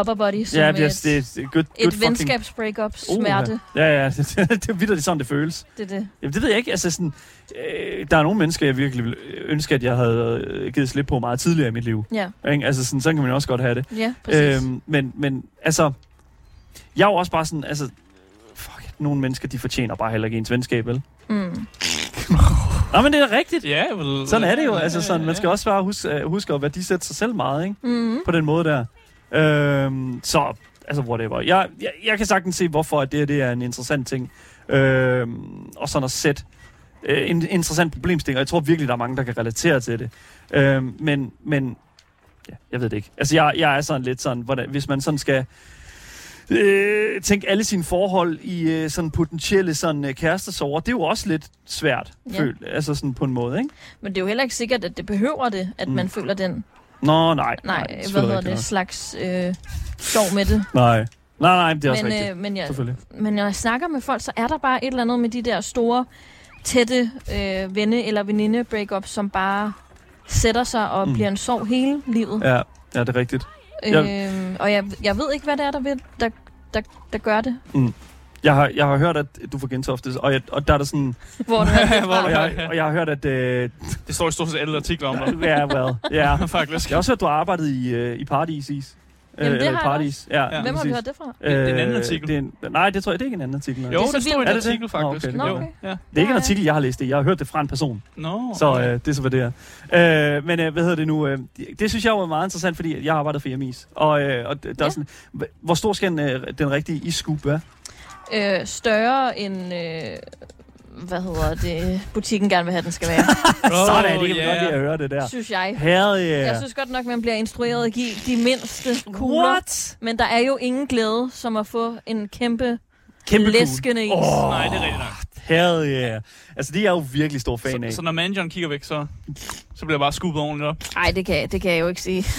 Speaker 4: upper body, som
Speaker 2: Ja,
Speaker 4: et,
Speaker 2: det er, det er good, good
Speaker 4: et venskabsbreakup
Speaker 2: fucking...
Speaker 4: smerte.
Speaker 2: Ja, ja, det, det er vildt, det er sådan, det føles.
Speaker 4: Det er det.
Speaker 2: Jamen, det ved jeg ikke. Altså, sådan, øh, der er nogle mennesker, jeg virkelig ville ønske, at jeg havde øh, givet slip på meget tidligere i mit liv.
Speaker 4: Ja,
Speaker 2: Ikke? Altså, sådan, sådan kan man også godt have det.
Speaker 4: ja præcis. Øhm,
Speaker 2: men, men altså, jeg er jo også bare sådan, altså, fuck, nogle mennesker, de fortjener bare heller ikke ens venskab, vel?
Speaker 4: mm.
Speaker 2: Nej, men det er da rigtigt.
Speaker 3: Ja, vel,
Speaker 2: Sådan er det jo. Altså,
Speaker 3: ja,
Speaker 2: sådan, man skal
Speaker 3: ja.
Speaker 2: også bare huske, øh, huske at værdisætte sig selv meget, ikke?
Speaker 4: Mm.
Speaker 2: På den måde der. Øhm, så, altså, whatever. Jeg, jeg, jeg kan sagtens se, hvorfor at det her det er en interessant ting. Øhm, og sådan at sætte øh, en interessant problemstilling, og jeg tror virkelig, der er mange, der kan relatere til det. Øhm, men, men ja, jeg ved det ikke. Altså, jeg, jeg er sådan lidt sådan, hvordan, hvis man sådan skal øh, tænke alle sine forhold i øh, sådan potentielle sådan øh, kærestesover, det er jo også lidt svært,
Speaker 4: Ja.
Speaker 2: følt, altså sådan på en måde, ikke?
Speaker 4: Men det er jo heller ikke sikkert, at det behøver det, at
Speaker 2: Mm.
Speaker 4: mm. man føler den
Speaker 2: Nå, nej.
Speaker 4: nej,
Speaker 2: selvfølgelig
Speaker 4: hvad hedder
Speaker 2: ikke
Speaker 4: det, slags øh, sorg med det.
Speaker 2: Nej. Nej, nej, det er også
Speaker 4: men,
Speaker 2: rigtigt.
Speaker 4: øh, men, jeg,
Speaker 2: Selvfølgelig.
Speaker 4: men når jeg snakker med folk, så er der bare et eller andet med de der store, tætte øh, venne- eller veninde-breakups, som bare sætter sig og
Speaker 2: Mm.
Speaker 4: mm. bliver en sorg hele livet.
Speaker 2: Ja, ja, det er rigtigt.
Speaker 4: Øhm, og jeg, jeg ved ikke, hvad det er, der, vil, der, der, der gør det.
Speaker 2: Jeg har, jeg har hørt, at du får gentofte, og, jeg, og der er der sådan...
Speaker 4: Hvor du er
Speaker 3: Hvor
Speaker 2: Og
Speaker 3: du-
Speaker 4: fra.
Speaker 2: jeg, og jeg har hørt, at... Øh,
Speaker 3: Det står i stort set alle artikler om dig.
Speaker 2: ja, well, ja.
Speaker 3: Faktisk.
Speaker 2: Jeg har også hørt, at du har arbejdet i, øh, i Paradis Is. Øh,
Speaker 4: Jamen, det
Speaker 2: eller
Speaker 4: har jeg
Speaker 2: Paradis. Ja,
Speaker 3: Hvem
Speaker 4: Hvem har du
Speaker 2: præcis.
Speaker 4: hørt det fra?
Speaker 3: Det er en
Speaker 2: Øh,
Speaker 3: anden artikel.
Speaker 2: Det er en, nej, det tror jeg det er ikke en anden artikel. Nej.
Speaker 3: Jo, det,
Speaker 4: Det er så
Speaker 3: det står i
Speaker 4: vildt.
Speaker 3: en
Speaker 2: Er det det?
Speaker 3: artikel, faktisk.
Speaker 2: Nå, okay,
Speaker 3: okay,
Speaker 2: det
Speaker 3: jo.
Speaker 4: gør
Speaker 3: Ja.
Speaker 4: det.
Speaker 2: Det er ikke en
Speaker 4: Nej.
Speaker 2: artikel, jeg har læst det. Jeg har hørt det fra en person.
Speaker 3: No,
Speaker 2: Så øh, det er så, hvad det er. Øh, men øh, hvad hedder det nu? Øh, det, det synes jeg jo er meget interessant, fordi jeg har arbejdet for hjemmeis. Og, øh, og d- der ja. er
Speaker 4: Ja.
Speaker 2: sådan... hv- Hvor stor skal en, øh, den rigtige iskub være?
Speaker 4: Øh, større end... Øh, hvad hedder det? Butikken gerne vil have, den skal være.
Speaker 3: Oh,
Speaker 2: Sådan, det kan vi
Speaker 3: ja,
Speaker 2: godt lide
Speaker 3: ja.
Speaker 2: at høre det der.
Speaker 4: synes jeg.
Speaker 2: Herre, yeah.
Speaker 4: Jeg synes godt nok, man bliver instrueret at give de mindste kugler.
Speaker 2: What?
Speaker 4: Men der er jo ingen glæde, som at få en kæmpe,
Speaker 2: Kæmpe
Speaker 4: læskende is.
Speaker 2: Åh.
Speaker 3: Nej, det er rigtigt nok.
Speaker 2: Herre, yeah. Altså, det er jeg jo virkelig stor fan af.
Speaker 3: Så, så når manageren kigger væk, så, så bliver jeg bare skubbet ordentligt op.
Speaker 4: Nej, det kan, det kan jeg jo ikke sige.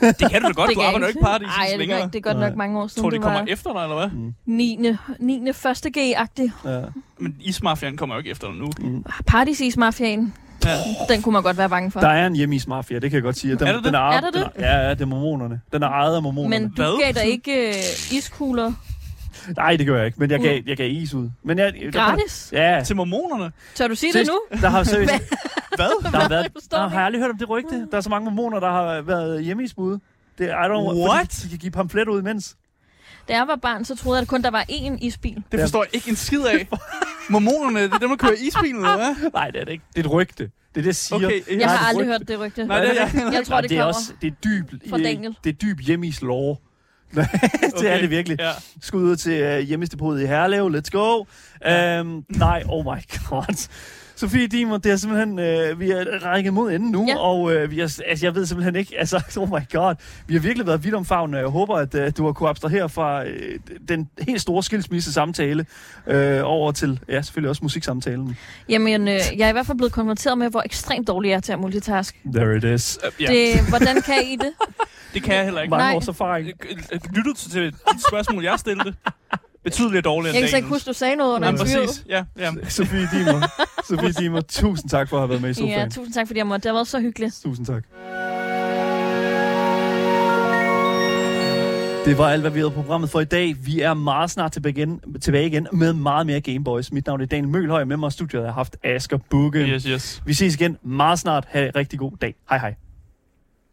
Speaker 3: Det kan du da godt,
Speaker 4: det
Speaker 3: du
Speaker 4: kan jeg
Speaker 3: arbejder jo
Speaker 4: ikke.
Speaker 3: ikke party
Speaker 4: Ej, det, gør
Speaker 3: længere.
Speaker 4: ikke. det er godt
Speaker 2: Nej.
Speaker 4: nok mange år
Speaker 3: Tror
Speaker 4: siden.
Speaker 3: du, de
Speaker 4: det
Speaker 3: kommer
Speaker 4: var
Speaker 3: efter dig, eller hvad?
Speaker 4: 9. 9. 1. G-agtig.
Speaker 2: ja.
Speaker 3: Men ismafiaen kommer jo ikke efter dig nu.
Speaker 2: mm.
Speaker 4: Partysis mafiaen
Speaker 3: Ja.
Speaker 4: den kunne man godt være bange for.
Speaker 2: Der er en hjemmeis mafia, det kan jeg godt sige. Den,
Speaker 3: Er der det?
Speaker 2: Den er,
Speaker 4: Er der
Speaker 2: den er, ja, ja, det er mormonerne. Den er ejet af mormonerne.
Speaker 4: Men
Speaker 2: Men...
Speaker 4: du
Speaker 3: Hvad?
Speaker 4: gav dig ikke øh, iskugler
Speaker 2: Nej, det gør jeg ikke, men jeg gav, jeg gav is ud. Men jeg, der-
Speaker 4: gratis?
Speaker 2: Ja.
Speaker 3: Mm. Til mormonerne?
Speaker 4: Tør du sige det nu?
Speaker 2: Der har seriøst...
Speaker 3: Hvad? Mm.
Speaker 2: Der har, været,
Speaker 4: Jeg forstår
Speaker 2: der
Speaker 4: det
Speaker 2: har jeg aldrig hørt om det rygte. Der er så mange mormoner, der har været hjemmeisbud. Det, I don't,
Speaker 3: What?
Speaker 2: Fordi de kan give pamflet ud imens.
Speaker 4: Da jeg var barn, så troede jeg, at kun der var én isbil.
Speaker 3: Det forstår jeg ikke en skid af. Mormonerne, det er dem, der kører isbilen, eller hvad?
Speaker 2: Nej, det er det ikke. Det er et rygte. Det er det, jeg siger.
Speaker 3: Okay, ja.
Speaker 4: Jeg
Speaker 2: Nej,
Speaker 4: har
Speaker 2: det
Speaker 4: aldrig
Speaker 2: rygte.
Speaker 4: hørt det rygte.
Speaker 3: Nej, det er jeg.
Speaker 4: Jeg tror,
Speaker 2: Nej,
Speaker 4: det
Speaker 2: det er
Speaker 4: kommer.
Speaker 2: også det er dyb, øh,
Speaker 4: fra Daniel.
Speaker 2: Det er dyb hjemmeis lore. det okay. er det virkelig.
Speaker 3: Ja.
Speaker 2: Skud ud til øh, hjemmestepotet i Herlev. Let's go. Øhm, nej, oh my god. Sofie Dimer, det er simpelthen, øh, vi er rækket mod enden nu, ja.
Speaker 4: Ja.
Speaker 2: og øh, vi er, altså, jeg ved simpelthen ikke, altså, oh my god, vi har virkelig været vidt omfavnet, og jeg håber, at øh, du har kunnet abstrahere fra øh, den helt store skilsmisse-samtale øh, over til, ja, selvfølgelig også musiksamtalen.
Speaker 4: Jamen, øh, jeg er i hvert fald blevet konfronteret med, hvor ekstremt dårlig jeg er til at multitask.
Speaker 2: There it is.
Speaker 3: Øh, Ja,
Speaker 4: Ja.
Speaker 3: det...
Speaker 4: Det, hvordan kan I det?
Speaker 3: det kan jeg heller ikke.
Speaker 2: Mange Nej.
Speaker 4: Nej.
Speaker 2: års erfaring.
Speaker 3: Lyttet til de spørgsmål, jeg stillede, betydeligt dårligere
Speaker 4: Jeg
Speaker 3: end
Speaker 4: kan slet ikke huske, du sagde noget under
Speaker 3: Nej,
Speaker 4: interviewet.
Speaker 3: præcis. Ja, ja.
Speaker 2: Sofie Dimer, Sofie Dimer, tusind tak for at have været med i sofaen.
Speaker 4: Ja, tusind tak, fordi jeg måtte. Det har været så hyggeligt.
Speaker 2: Tusind tak. Det var alt, hvad vi havde på programmet for i dag. Vi er meget snart tilbage igen, tilbage igen med meget mere Game Boys. Mit navn er Daniel Mølhøj, og med mig i studiet har jeg haft Asger Bukke.
Speaker 3: Yes, yes.
Speaker 2: Vi ses igen meget snart. Ha' en rigtig god dag. Hej hej.